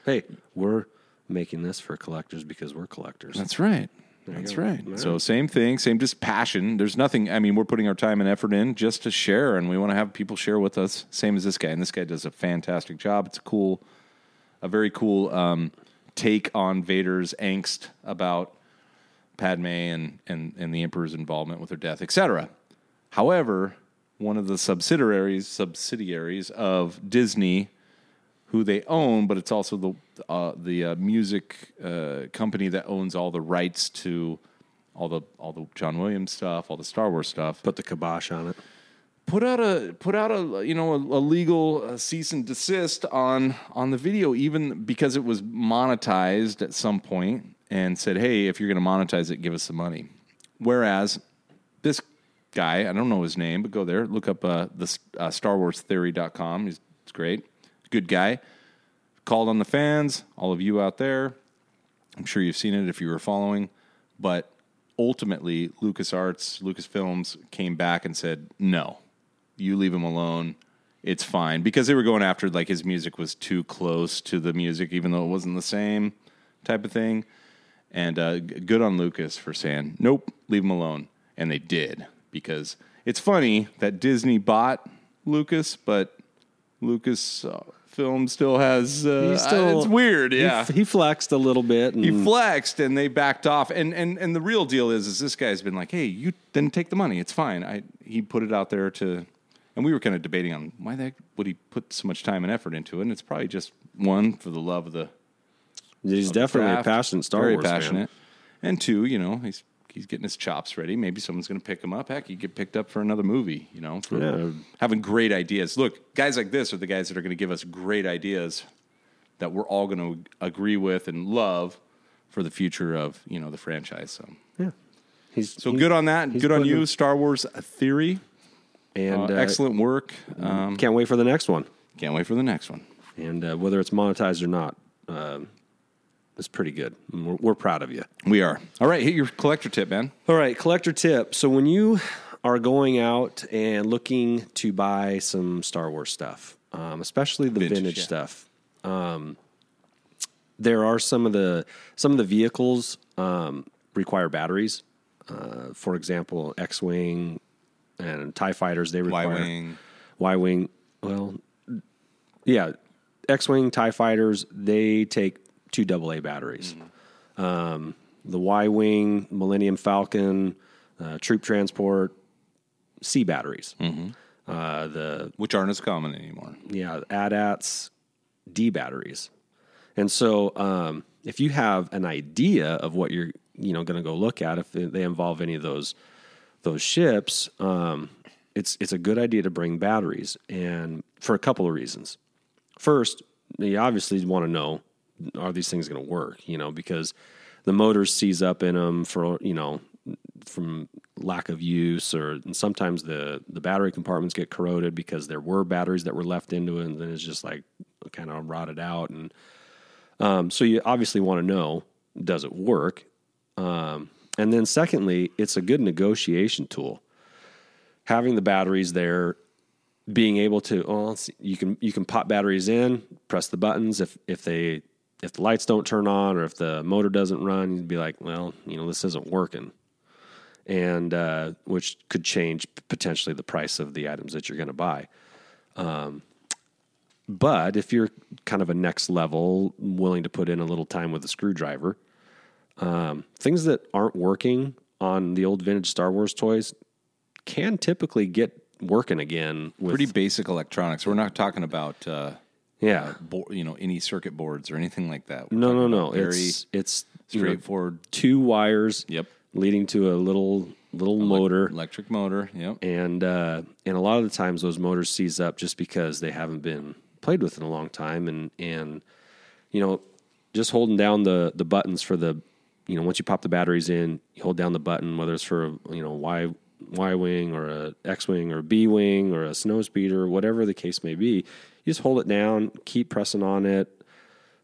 B: Hey, we're making this for collectors because we're collectors.
C: that's right. That's right. So same thing, same just passion. There's nothing. I mean, we're putting our time and effort in just to share, and we want to have people share with us. Same as this guy, and this guy does a fantastic job. It's a cool, a very cool um, take on Vader's angst about Padme and and and the Emperor's involvement with her death, etc. However, one of the subsidiaries subsidiaries of Disney, who they own, but it's also the uh, the uh, music uh, company that owns all the rights to all the all the John Williams stuff, all the Star Wars stuff
B: Put the kibosh on it.
C: put out a put out a you know a, a legal uh cease and desist on on the video even because it was monetized at some point and said hey if you're going to monetize it give us the money whereas this guy i don't know his name but go there look up uh, the uh, star wars theory.com he's, he's great good guy called on the fans all of you out there I'm sure you've seen it if you were following, but ultimately LucasArts, Lucasfilms came back and said, "No. You leave him alone. It's fine." Because they were going after like his music was too close to the music even though it wasn't the same type of thing. And uh, g- good on Lucas for saying, "Nope, leave him alone." And they did because it's funny that Disney bought Lucas, but Lucas uh, film still has uh, it's weird,
B: he-
C: yeah
B: He, flexed a little bit. And,
C: he flexed and they backed off and and and the real deal is is this guy's been like hey you then take the money it's fine i he put it out there to and we were kind of debating on why the heck would he put so much time and effort into it and it's probably just one for the love of the
B: he's definitely
C: craft,
B: a passionate Star
C: very
B: Wars fan.
C: passionate and two you know he's he's getting his chops ready maybe someone's going to pick him up heck he get picked up for another movie you know for
B: Yeah.
C: having great ideas look guys like this are the guys that are going to give us great ideas that we're all going to agree with and love for the future of you know the franchise. So,
B: Yeah. He's
C: so good on that.
B: he's
C: good on
B: putting
C: you,
B: in-
C: Star Wars Theory. Uh,
B: And uh,
C: excellent work. Um,
B: Can't wait for the next one.
C: can't wait for the next one.
B: And uh, whether it's monetized or not, um, it's pretty good. And We're, we're proud of you.
C: We are. All right, hit your collector tip, man.
B: All right, collector tip. So when you are going out and looking to buy some Star Wars stuff, um, especially the vintage,
C: yeah.
B: stuff, um, there are some of the some of the vehicles um, require batteries. Uh, for example, X-wing and Tie fighters they require
C: Y-wing.
B: Y-wing. Well, yeah, X-wing Tie fighters they take two AA batteries Um, the Y Wing, Millennium Falcon, uh, Troop Transport, C batteries. Uh, the
C: Which aren't as common anymore.
B: yeah, ADATs, D batteries. And so um, if you have an idea of what you're you know going to go look at, if they involve any of those those ships, um, it's it's a good idea to bring batteries, and for a couple of reasons. First, you obviously want to know are these things going to work? You know, because the motors seize up in them for you know from lack of use, or and sometimes the the battery compartments get corroded because there were batteries that were left into it, and then it's just like kind of rotted out. And um, so you obviously want to know does it work? Um, and then secondly, it's a good negotiation tool. Having the batteries there being able to well let's- you can you can pop batteries in press the buttons if if they if the lights don't turn on or if the motor doesn't run you'd be like well you know this isn't working and uh, which could change potentially the price of the items that you're going to buy um, but if you're kind of a next level willing to put in a little time with a screwdriver um, things that aren't working on the old vintage star wars toys can typically get working again with
C: Pretty basic electronics. We're not talking about uh,
B: yeah.
C: bo- you know any circuit boards or anything like that. We're
B: No,
C: talking
B: no,
C: about
B: no.
C: Very
B: It's it's you know,
C: straightforward.
B: two wires.
C: Yep.
B: Leading to a little little motor,
C: Electric motor. Yep.
B: and uh, and a lot of the times those motors seize up just because they haven't been played with in a long time, and and you know just holding down the the buttons for the you know once you pop the batteries in, you hold down the button whether it's for you know Y Y wing or a X wing or a B wing or a snowspeeder, whatever the case may be, you just hold it down, keep pressing on it,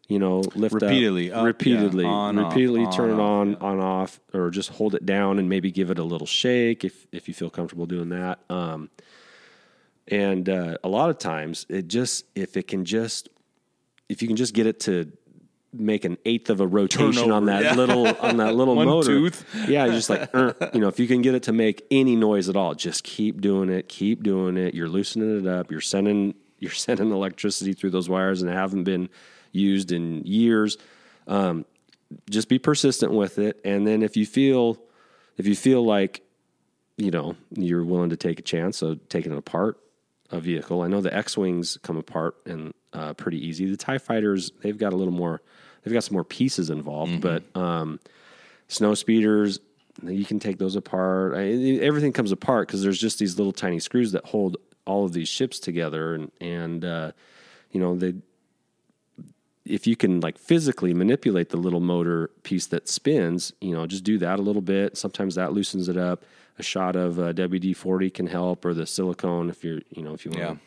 B: you know, lift up,
C: Repeatedly up, yeah.
B: repeatedly,
C: On, off,
B: repeatedly
C: on,
B: turn
C: off,
B: it on, on off, or just hold it down and maybe give it a little shake if if you feel comfortable doing that. Um, and uh, a lot of times, it just if it can just if you can just get it to make an eighth of a rotation
C: Turnover,
B: on that
C: yeah.
B: little on that little
C: One
B: motor,
C: tooth.
B: yeah, just like "Er," you know, if you can get it to make any noise at all, just keep doing it, keep doing it. You're loosening it up. You're sending you're sending electricity through those wires, and they haven't been used in years. Um, just be persistent with it, and then if you feel if you feel like you know you're willing to take a chance of taking apart a vehicle. I know the X wings come apart and uh, pretty easy. The Tie fighters they've got a little more, they've got some more pieces involved,
C: Mm-hmm.
B: but um, snow speeders you can take those apart. I, everything comes apart because there's just these little tiny screws that hold all of these ships together, and and uh, you know they if you can like physically manipulate the little motor piece that spins, you know, just do that a little bit. Sometimes that loosens it up. A shot of uh, WD forty can help, or the silicone if you're, you know, if you want.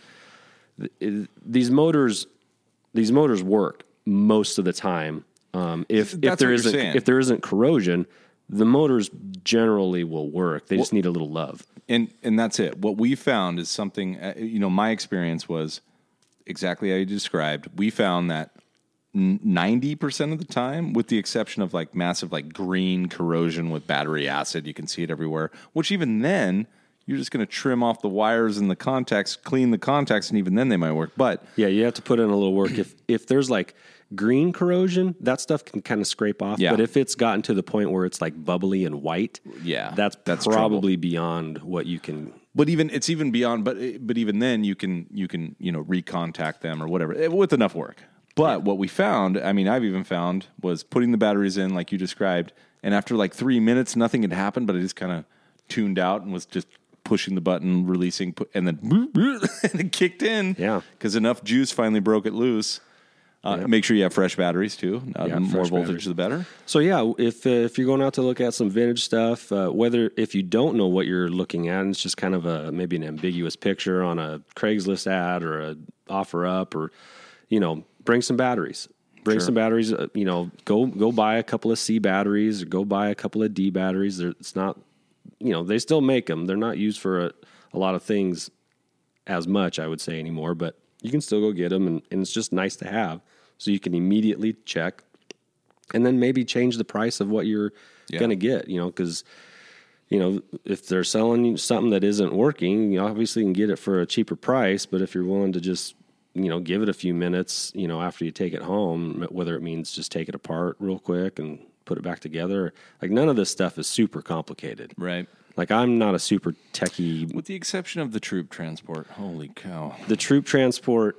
C: Yeah.
B: Th- these motors, these motors work most of the time. Um, if if
C: That's
B: there
C: what you're
B: isn't
C: saying.
B: if there isn't corrosion, the motors generally will work. They just need a little love.
C: and and that's it. What we found is something. uh, You know, my experience was exactly how you described. We found that ninety percent of the time, with the exception of like massive like green corrosion with battery acid, you can see it everywhere. Which even then, you're just going to trim off the wires and the contacts, clean the contacts, and even then they might work. But
B: Yeah, you have to put in a little work. If if there's like green corrosion, that stuff can kind of scrape off.
C: Yeah.
B: But if it's gotten to the point where it's like bubbly and white,
C: Yeah,
B: that's
C: that's
B: probably beyond what you can.
C: but even it's even beyond but but even then you can you can you know recontact them or whatever eh, with enough work but what we found i mean i've even found was putting the batteries in like you described and after like three minutes nothing had happened but i just kind of tuned out and was just pushing the button releasing pu- and then and it kicked in
B: Yeah.
C: because enough juice finally broke it loose Uh, Make sure you have fresh batteries too. Uh,
B: Yeah,
C: the more
B: fresh
C: voltage,
B: batteries.
C: the better.
B: So yeah, if uh, if you're going out to look at some vintage stuff, uh, whether if you don't know what you're looking at, and it's just kind of a maybe an ambiguous picture on a Craigslist ad or a offer up, or you know, bring some batteries. Bring some batteries. Uh, you know, go go buy a couple of C batteries or go buy a couple of D batteries. They're, it's not, you know, they still make them. They're not used for a, a lot of things as much, I would say anymore, but you can still go get them, and, and it's just nice to have. So you can immediately check, and then maybe change the price of what you're
C: Yeah.
B: going to get. You know, because you know if they're selling you something that isn't working, you obviously can get it for a cheaper price. But if you're willing to just you know give it a few minutes, you know after you take it home, whether it means just take it apart real quick and put it back together, like none of this stuff is super complicated.
C: Right.
B: Like I'm not a super techie
C: With the exception of the troop transport. Holy cow.
B: the troop transport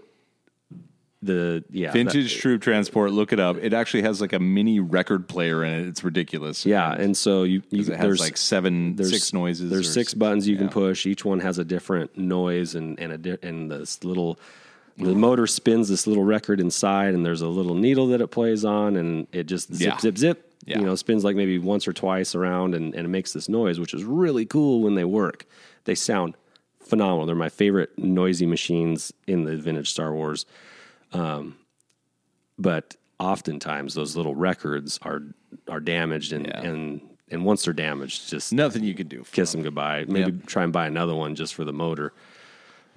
B: the yeah
C: Vintage troop transport. Look it up. It actually has like a mini record player in it. It's ridiculous.
B: that- yeah and so you, you
C: 'Cause It has
B: there's
C: like seven,
B: there's
C: six noises.
B: there's
C: or
B: six buttons you can push each one has a different noise and and a di- and this little the motor spins this little record inside and there's a little needle that it plays on and it just zip
C: Yeah.
B: zip zip
C: Yeah.
B: you know spins like maybe once or twice around and, and it makes this noise which is really cool when they work they sound phenomenal they're my favorite noisy machines in the vintage star wars Um, but oftentimes those little records are are damaged and
C: Yeah.
B: and and once they're damaged just
C: Nothing you can do. For
B: kiss them goodbye maybe try and buy another one just for the motor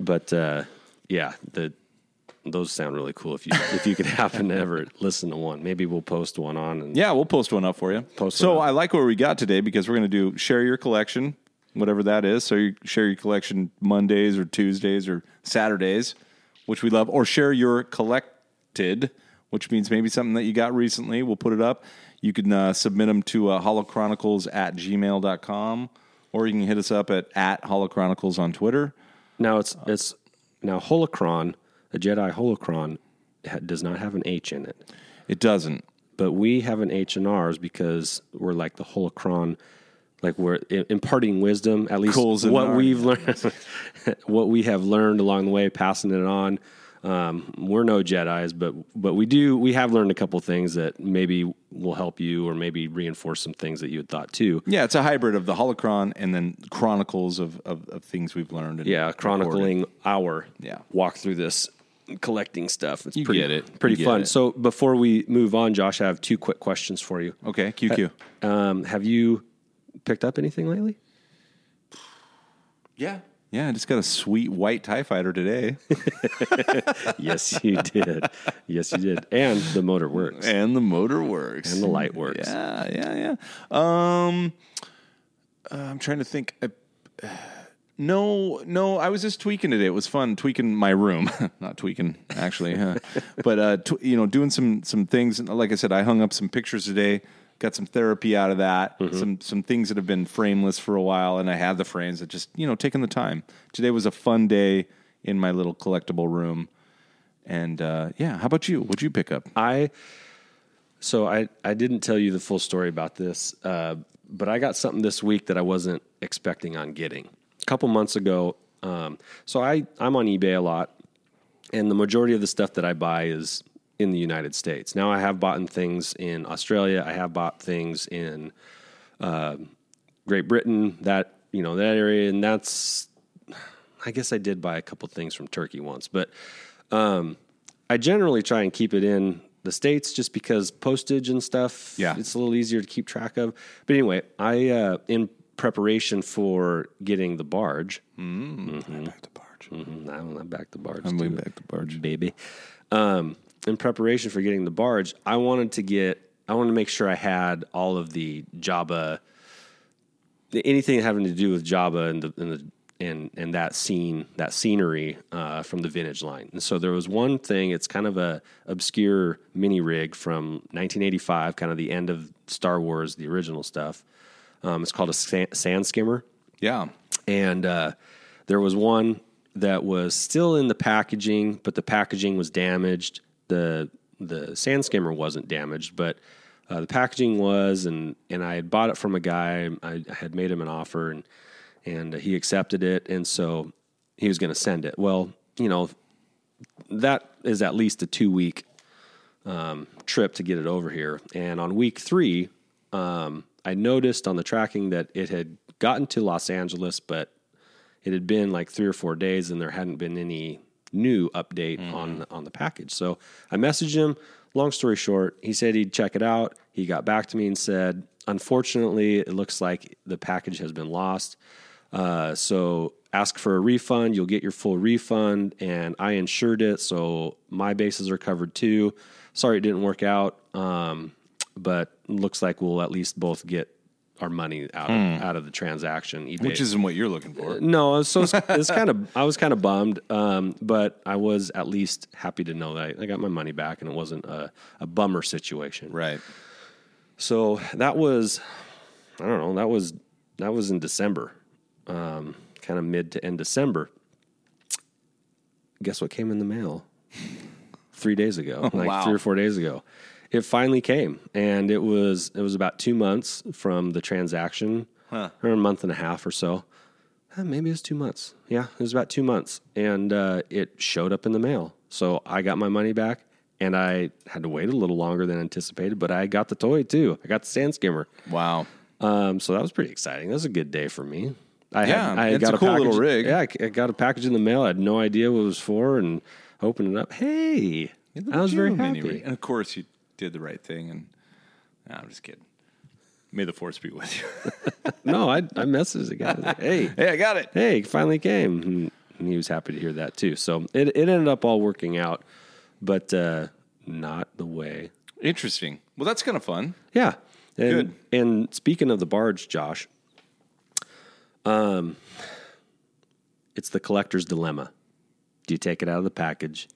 B: but uh yeah the those sound really cool if you if you could happen to ever listen to one maybe we'll post one on and
C: Yeah, we'll post one up for you.
B: Post
C: so
B: one up.
C: I like where we got today because we're going to do share your collection, whatever that is. So you share your collection Mondays or Tuesdays or Saturdays, which we love, or share your collected, which means maybe something that you got recently. We'll put it up. You can uh, submit them to uh, holochronicles at gmail.com or you can hit us up at, at holochronicles on Twitter.
B: now it's it's now holocron a jedi holocron ha- does not have an h in it
C: It doesn't.
B: but we have an H and R's because we're like the holocron, like we're i- imparting wisdom. At least
C: Coles and
B: what
C: R,
B: we've learned, what we have learned along the way, passing it on. Um, we're no Jedi's, but but we do we have learned a couple things that maybe will help you or maybe reinforce some things that you had thought too.
C: Yeah, it's a hybrid of the holocron and then chronicles of, of, of things we've learned. And
B: Yeah,
C: recorded.
B: chronicling our
C: Yeah.
B: walk through this collecting stuff. It's
C: You
B: pretty
C: get it.
B: pretty
C: You get
B: fun.
C: it.
B: So before we move on, Josh, I have two quick questions for you.
C: Okay, QQ.
B: Um, have you picked up anything lately?
C: Yeah. Yeah, I just got a sweet white TIE fighter today.
B: Yes, you did. yes, you did. And the motor works.
C: and the motor works.
B: And the light works.
C: Yeah, yeah, yeah. Um, uh, I'm trying to think. I, uh, no, no, I was just tweaking today. It was fun tweaking my room, not tweaking actually, huh? but uh, tw- you know, doing some some things. And Like I said, I hung up some pictures today. Got some therapy out of that. Some some things that have been frameless for a while, and I had the frames. That just you know, taking the time. Today was a fun day in my little collectible room. And uh, yeah, how about you? What'd you pick up?
B: I so I I didn't tell you the full story about this, uh, but I got something this week that I wasn't expecting on getting. A couple months ago, um, so I I'm on eBay a lot, and the majority of the stuff that I buy is in the United States. Now I have bought things in Australia. I have bought things in uh, Great Britain, that you know that area, and that's. I guess I did buy a couple things from Turkey once, but um, I generally try and keep it in the states just because postage and stuff.
C: Yeah.
B: it's a little easier to keep track of. But anyway, I uh, in preparation for getting the barge.
C: Back to barge.
B: Mm, I don't know, back the barge.
C: I'm way
B: too.
C: back the barge.
B: baby. Um, in preparation for getting the barge, I wanted to get, I wanted to make sure I had all of the Java, anything having to do with Java and the and the and and that scene, that scenery uh, from the vintage line. And so there was one thing. It's kind of a obscure mini rig from 1985, kind of the end of Star Wars, the original stuff. Um, it's called a sand, sand skimmer
C: Yeah.
B: and uh, there was one that was still in the packaging, but the packaging was damaged. the The sand skimmer wasn't damaged, but uh, the packaging was, and and I had bought it from a guy. I, I had made him an offer, and and he accepted it, and so he was going to send it. Well, you know, that is at least a two week um, trip to get it over here. And on week three, um, I noticed on the tracking that it had gotten to Los Angeles, but it had been like three or four days, and there hadn't been any new update on on the package. So I messaged him. Long story short, he said he'd check it out. He got back to me and said, "Unfortunately, it looks like the package has been lost. Uh, so ask for a refund. You'll get your full refund. And I insured it, so my bases are covered too. Sorry it didn't work out, um, but looks like we'll at least both get our money out of, out of the transaction. eBay.
C: which isn't what you're looking for.
B: no, so it's, it's kind of I was kind of bummed, um, but I was at least happy to know that I got my money back and it wasn't a, a bummer situation.
C: Right.
B: So that was, I don't know, that was that was in December, um, kind of mid to end December. Guess what came in the mail? Three days ago, like
C: wow.
B: three or four days ago, it finally came, and it was it was about two months from the transaction, or a month and a half or so. Eh, Maybe it was two months. Yeah, it was about two months, and uh, it showed up in the mail. So I got my money back, and I had to wait a little longer than anticipated, but I got the toy too. I got the sand skimmer.
C: Wow.
B: Um, so that was pretty exciting. That was a good day for me. I
C: Yeah,
B: had, I had
C: it's
B: got
C: a cool
B: package,
C: little rig.
B: Yeah, I- I got a package in the mail. I had no idea what it was for, and opened it up. Hey,
C: Look
B: I was
C: at
B: very
C: you, Mini
B: happy.
C: Reed. And of course, you did the right thing. And no, I'm just kidding. May the force be with you.
B: no, I I messaged the guy. I was like, hey,
C: hey, I got it.
B: hey, it finally came. And- And he was happy to hear that too. So it it ended up all working out, but uh, not the way
C: Interesting. Well, that's kind of fun.
B: Yeah. And,
C: Good.
B: And speaking of the barge, Josh, um, it's the collector's dilemma. Do you take it out of the package?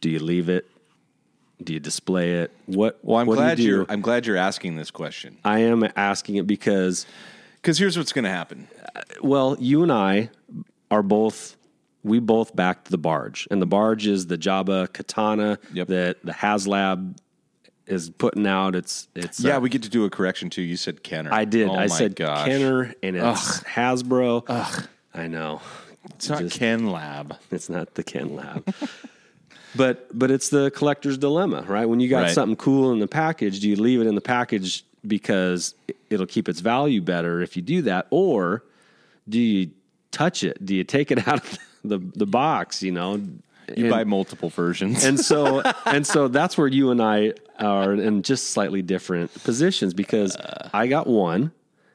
B: Do you leave it? Do you display it? What?
C: Well, I'm
B: what
C: glad
B: do you do?
C: you're. I'm glad you're asking this question
B: I am asking it because,
C: because here's what's going to happen.
B: well, you and I are both. We both backed the barge, and the barge is the Jabba Katana
C: Yep.
B: that the HasLab is putting out. It's it's uh,
C: yeah, we get to do a correction too. You said Kenner.
B: I did.
C: Oh my
B: I said
C: gosh.
B: Kenner and it's Hasbro. I know.
C: It's not Ken Lab.
B: It's not the Ken Lab. but but it's the collector's dilemma, right? When you got
C: Right.
B: something cool in the package, do you leave it in the package because it'll keep its value better if you do that or do you touch it? Do you take it out of the the box, you know?
C: You
B: And-
C: buy multiple versions.
B: and so and so that's where you and I are in just slightly different positions because
C: Uh.
B: I got one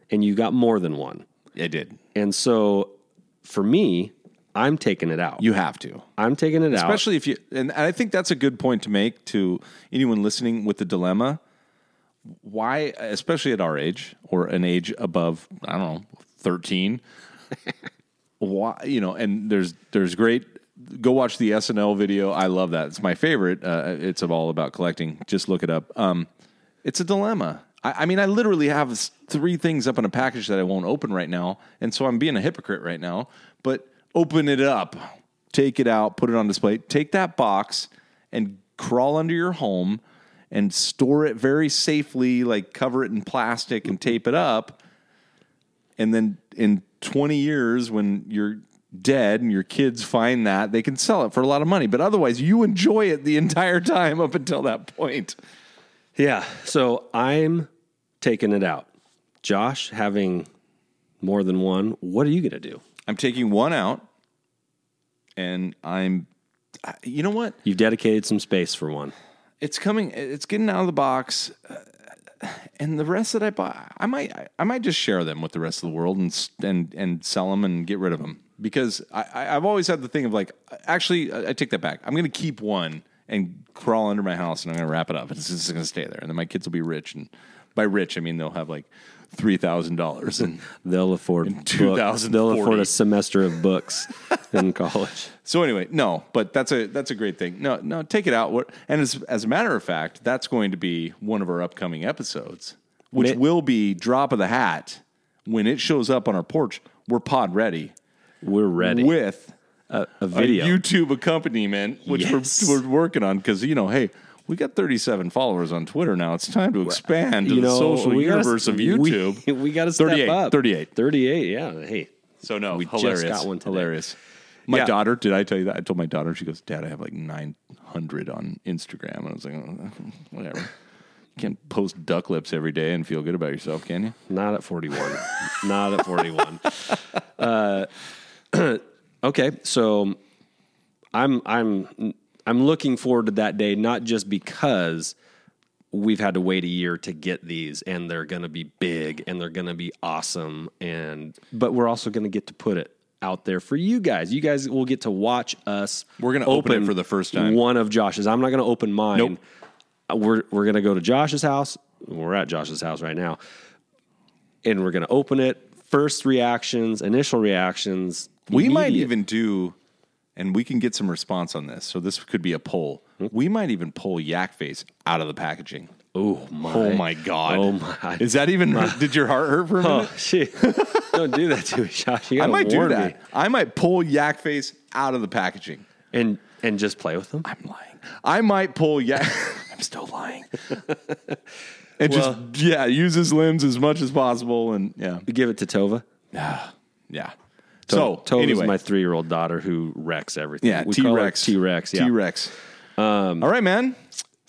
B: and you got more than one.
C: I did.
B: And so for me, I'm taking it out.
C: You have to.
B: I'm taking it out.
C: especially if you and i think that's a good point to make to anyone listening with the dilemma why especially at our age or an age above i don't know 13 why you know and there's there's great go watch the snl video i love that it's my favorite uh, it's all about collecting just look it up um, it's a dilemma I, I mean i literally have s- three things up in a package that i won't open right now and so i'm being a hypocrite right now but open it up take it out put it on display take that box and crawl under your home and store it very safely like cover it in plastic and tape it up and then in 20 years when you're dead and your kids find that they can sell it for a lot of money but otherwise you enjoy it the entire time up until that point
B: yeah. So I'm taking it out. Josh having more than one, what are you going to do?
C: i'm taking one out and i'm I- you know what
B: You've dedicated some space for one.
C: it's coming it's getting out of the box uh, and the rest that i buy i might i might just share them with the rest of the world and s- and and sell them and get rid of them because i I- i've always had the thing of like actually i I take that back i'm gonna keep one and crawl under my house and i'm gonna wrap it up it's just gonna stay there and then my kids will be rich and by rich i mean they'll have like $3000 and
B: They'll afford books.
C: 2040.
B: They'll afford a semester of books in college.
C: So anyway, no, but that's a that's a great thing. No, no, take it out. We're- And as as a matter of fact, that's going to be one of our upcoming episodes, which
B: Ma-
C: will be drop of the hat when it shows up on our porch. We're pod ready
B: We're ready.
C: with
B: a
C: a
B: video.
C: YouTube accompaniment, which
B: Yes.
C: we're, we're working on because you know, hey. We got 37 followers on Twitter now. It's time to expand to the social
B: we gotta-
C: universe of
B: we-
C: YouTube.
B: We, got to step
C: 38,
B: up.
C: 38.
B: 38, yeah. Hey,
C: so no,
B: we just
C: hilarious,
B: got one today.
C: hilarious. My
B: Yeah.
C: daughter, did I tell you that? I told my daughter, she goes, Dad, I have like 900 on Instagram. And I was like, "Oh, whatever. You can't post duck lips every day and feel good about yourself, can you?
B: Not at 41. Not at 41. Uh, okay, so I'm I'm I'm looking forward to that day not just because we've had to wait a year to get these and they're going to be big and they're going to be awesome and but we're also going to get to put it out there for you guys. You guys will get to watch us.
C: We're gonna open it for the first time.
B: One of Josh's. I'm not going to open mine.
C: Nope.
B: Uh, We're we're going to go to Josh's house. We're at Josh's house right now and we're going to open it. First reactions, initial reactions.
C: We might
B: immediate-
C: even do, and we can get some response on this. So this could be a poll.
B: Hmm?
C: We might even pull Yak Face out of the packaging.
B: Oh my!
C: Oh my god!
B: Oh my!
C: Is that even? Did your heart hurt for a minute?
B: Oh shit! Don't do that to me, Josh.
C: I
B: You gotta
C: might do
B: warn
C: that.
B: me
C: I might pull Yak Face out of the packaging.
B: and and just play with them.
C: I'm lying. I might pull Yak. I'm still lying. and just yeah, use his limbs as much as possible, and yeah,
B: Give it to Tova.
C: yeah.
B: To-
C: So
B: Tova's
C: anyway,
B: my three-year-old daughter who wrecks everything.
C: Yeah,
B: We
C: T
B: call her
C: Rex.
B: T-Rex. Yeah. Um,
C: T Rex. All right, man.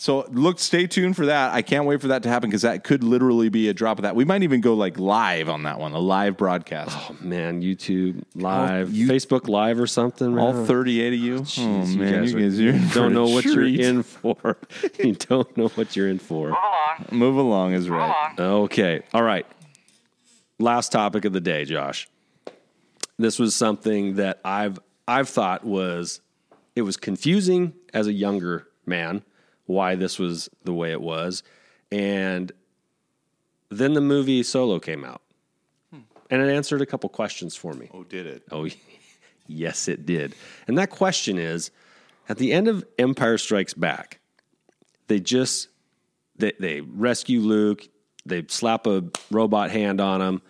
C: So look, stay tuned for that. I can't wait for that to happen because that could literally be a drop of that. We might even go like live on that one, a live broadcast.
B: Oh, Man, YouTube live,
C: Oh, you-
B: Facebook live or something. right?
C: All thirty-eight of you. oh
B: Jeez,
C: man,
B: guys
C: you
B: are-
C: guys, you're in for
B: don't
C: a
B: know what you're
C: treat.
B: in for. you don't know what you're in for.
C: Move along is right.
B: Okay. All right. Last topic of the day, Josh. This was something that I've I've thought was it was confusing as a younger man why this was the way it was. And then the movie Solo came out. And it answered a couple questions for me.
C: Hmm. Oh, did it?
B: Oh, yes, it did. And that question is at the end of Empire Strikes Back, they just they, they rescue Luke, they slap a robot hand on him,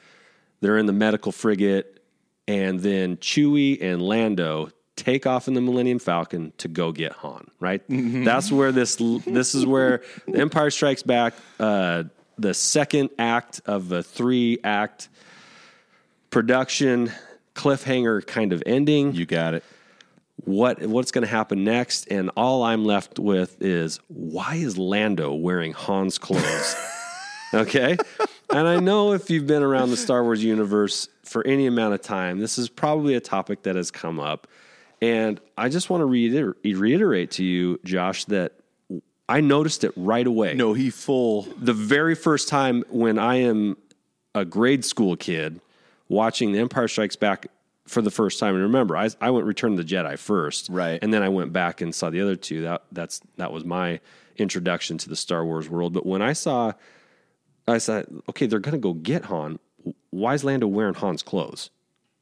B: they're in the medical frigate, and then Chewie and Lando take off in the Millennium Falcon to go get Han, right? That's where this l- this is where the Empire Strikes Back, uh, the second act of a three act production cliffhanger kind of ending
C: You got it.
B: what what's going to happen next and all i'm left with is why is lando wearing han's clothes okay and i know if you've been around the star wars universe for any amount of time this is probably a topic that has come up and i just want to reiter- reiterate to you josh that i noticed it right away
C: No, he full.
B: the very first time when I am a grade school kid watching The Empire Strikes Back for the first time, and remember, I, I went Return of the Jedi first,
C: Right.
B: And then I went back and saw the other two. That that's that was my introduction to the Star Wars world. But when I saw, I said, okay, they're gonna go get Han. Why is Lando wearing Han's clothes?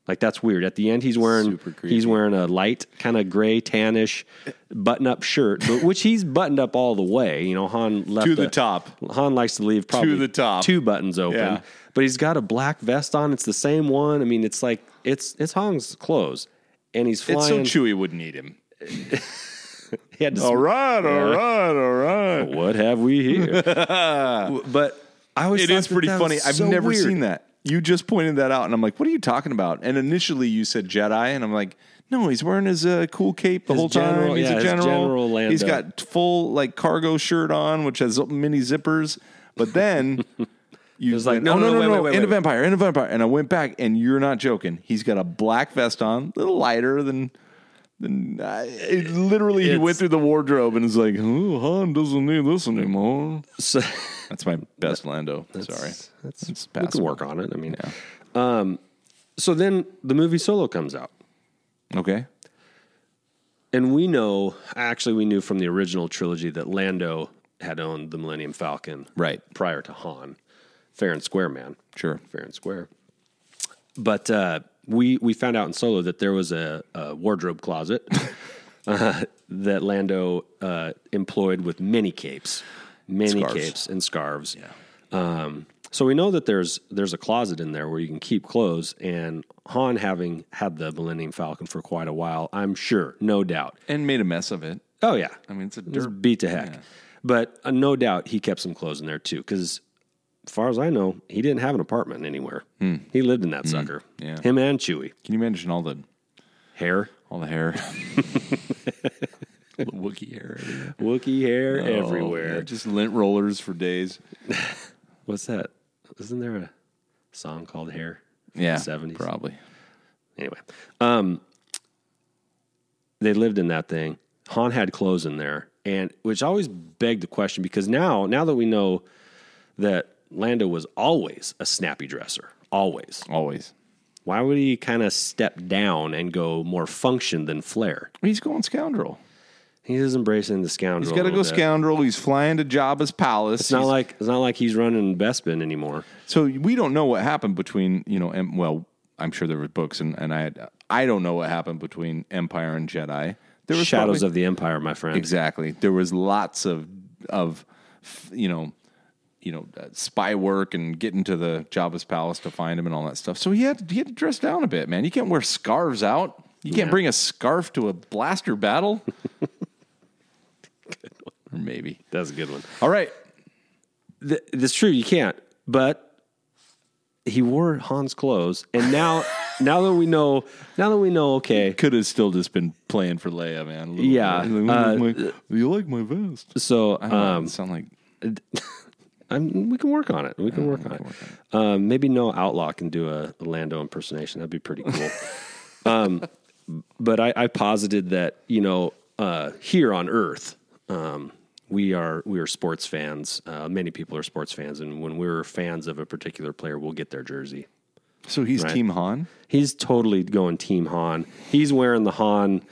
B: Like that's weird. At the end, he's wearing
C: Super creepy.
B: he's wearing a light kind of gray tannish button up shirt, but, which he's buttoned up all the way. You know, Han left
C: To the
B: a-
C: top.
B: Han likes to leave probably
C: the top.
B: two buttons open,
C: Yeah.
B: but he's got a black vest on. It's the same one. I mean, it's like it's it's Han's clothes, and he's
C: It's so
B: flying.
C: Chewy wouldn't eat him.
B: he had to
C: All right, all right, all right.
B: What have we here? W- but I always
C: It
B: thought
C: is
B: that
C: pretty
B: that
C: funny.
B: was
C: I've
B: so
C: never
B: weird.
C: seen that. You just pointed that out, and I'm like, "What are you talking about?" And initially, you said Jedi, and I'm like, "No, he's wearing his uh, cool cape the
B: His
C: whole
B: general-
C: time. He's
B: yeah,
C: a
B: his
C: general.
B: general Lando.
C: He's got full like cargo shirt on, which has mini zippers." But then you was
B: like, no,
C: "Oh no,
B: no, no,
C: no,
B: wait,
C: no,
B: wait, wait,
C: end of
B: wait."
C: Empire, end of Empire." And I went back, and you're not joking. He's got a black vest on, a little lighter than. than I it, literally, he went
B: It's-
C: through the wardrobe and is like, "Oh, Han doesn't need this anymore."
B: So,
C: That's my best Lando. Sorry.
B: that's,
C: It's
B: we can
C: passable.
B: work on it. I mean, um, so then the movie Solo comes out.
C: Okay.
B: And we know, actually, we knew from the original trilogy that Lando had owned the Millennium Falcon
C: Right.
B: prior to Han, fair and square, man,
C: Sure.
B: fair and square. But uh, we we found out in Solo that there was a, a wardrobe closet uh, that Lando uh, employed with many capes, many
C: Scarves.
B: capes and scarves. Um, so we know that there's there's a closet in there where you can keep clothes. And Han, having had the Millennium Falcon for quite a while, I'm sure, no doubt,
C: And made a mess of it.
B: Oh yeah,
C: I mean, it's a
B: Just
C: dirt-
B: beat to heck. But uh, no doubt he kept some clothes in there too, because as far as I know, he didn't have an apartment anywhere. He lived in that sucker.
C: Hmm. yeah.
B: him and Chewy.
C: Can you imagine all the
B: Hair,
C: All the hair.
B: Wookie hair, Wookie hair
C: Oh, yeah,
B: everywhere.
C: just lint rollers for days.
B: What's that? Isn't there a song called Hair?
C: Yeah.
B: 70s.
C: Probably.
B: Anyway, um, they lived in that thing. Han had clothes in there, and which always begged the question because now, now that we know that Lando was always a snappy dresser, always,
C: Always.
B: why would he kind of step down and go more function than flair?
C: He's going scoundrel.
B: He's embracing the scoundrel.
C: He's got to
B: a
C: go
B: little bit.
C: scoundrel. He's flying to Jabba's palace.
B: Oh, It's not
C: He's-
B: like it's not like he's running Bespin anymore.
C: so we don't know what happened between you know. Em, well, I'm sure there were books, and, and I had, I don't know what happened between Empire and Jedi. There was
B: Shadows
C: probably-
B: of the Empire, my friend.
C: Exactly. There was lots of of you know you know uh, spy work and getting to the Jabba's palace to find him and all that stuff. So he had he had to dress down a bit, man. You can't wear scarves out. You can't
B: Yeah.
C: bring a scarf to a blaster battle. Or maybe.
B: That's a good one.
C: All right.
B: Th- that's true. You can't. But he wore Han's clothes, and now, now that we know, now that we know, okay.
C: Could have still just been playing for Leia, man. A little
B: Yeah,
C: bit. Like,
B: uh,
C: "My- you like my vest?
B: So
C: I don't know,
B: um,
C: it Uh, sound like
B: I'm, we can work on it. We can work on it. Um, maybe no outlaw can do a, a Lando impersonation. That'd be pretty cool. um, but I, I posited that you know uh, here on Earth. Um, we are we are sports fans. Uh, many people are sports fans, and when we're fans of a particular player, we'll get their jersey.
C: so. He's Team Han.
B: He's totally going Team Han. He's wearing the Han.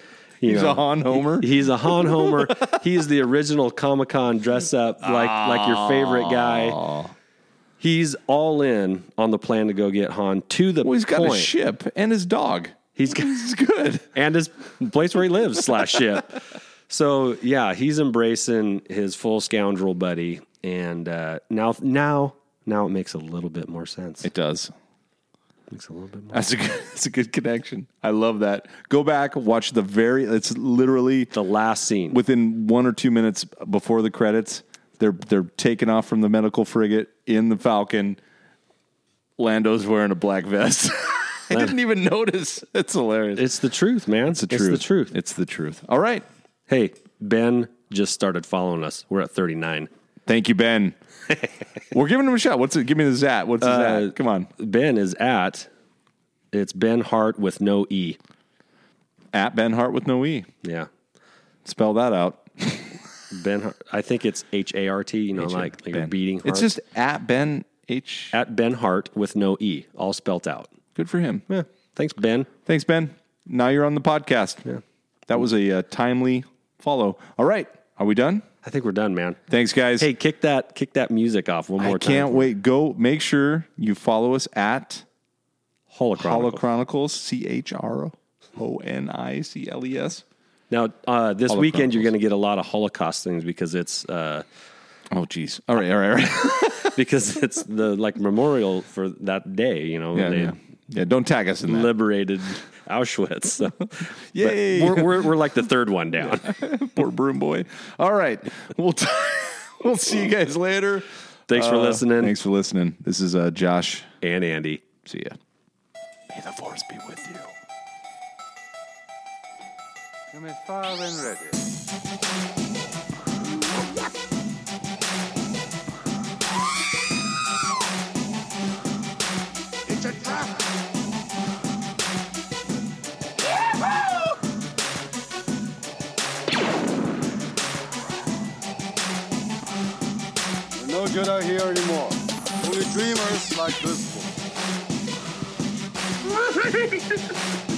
B: You
C: He's
B: know,
C: a Han Homer.
B: He's a Han Homer. he's the original Comic Con dress up, like like your favorite guy. He's all in on the plan to go get Han to the
C: well, he's got
B: point.
C: a ship and his dog.
B: he's got
C: This is good.
B: and his place where he lives slash ship. So yeah, he's embracing his full scoundrel buddy, and uh, now now now it makes a little bit more sense.
C: It does.
B: makes a little bit more.
C: That's a good, that's a good connection. I love that. Go back, watch the very. It's literally
B: The last scene.
C: within one or two minutes before the credits. They're they're taking off from the medical frigate in the Falcon. Lando's wearing a black vest. I didn't even notice. It's hilarious.
B: It's the truth, man. It's the It's the truth.
C: It's the truth. All right.
B: Hey, Ben just started following us. We're at 39.
C: Thank you, Ben. We're giving him a shot. What's it? Give me the zat. What's his
B: Uh,
C: zat? Come on.
B: Ben is at, it's Ben Hart with no E.
C: At Ben Hart with no e.
B: Yeah.
C: Spell that out.
B: Ben Hart. I think it's H A R T, you know, like, like you're
C: Ben.
B: beating Hart.
C: It's just at Ben H.
B: at Ben Hart with no E, all spelt out.
C: Good for him.
B: Yeah. Thanks, Ben.
C: Thanks, Ben. Now you're on the podcast. Yeah. That was a uh, timely follow. All right. Are we done?
B: I think we're done, man.
C: Thanks, guys.
B: Hey, kick that kick that music off one more
C: I
B: time.
C: can't wait. Go make sure you follow us at Hollow
B: Holocron.
C: Chronicles, C H R O N I C L E S.
B: Now, uh, this weekend
C: Chronicles.
B: you're going to get a lot of Holocaust things because it's uh,
C: Oh, geez. All right. All right. All right.
B: because it's the like memorial for that day. You know,
C: yeah,
B: when they
C: yeah. Yeah, Don't tag us in that.
B: liberated Auschwitz. So.
C: Yay.
B: We're, we're, we're like the third one down.
C: Poor broom boy. All right. We'll, t- we'll see you guys later.
B: Thanks for
C: Uh,
B: listening.
C: Thanks for listening. This is uh, Josh.
B: And Andy.
C: See ya. May the force be with you.
A: You may fire when ready.
D: It's a trap!
A: There are no Jedi here anymore. Only dreamers like this one.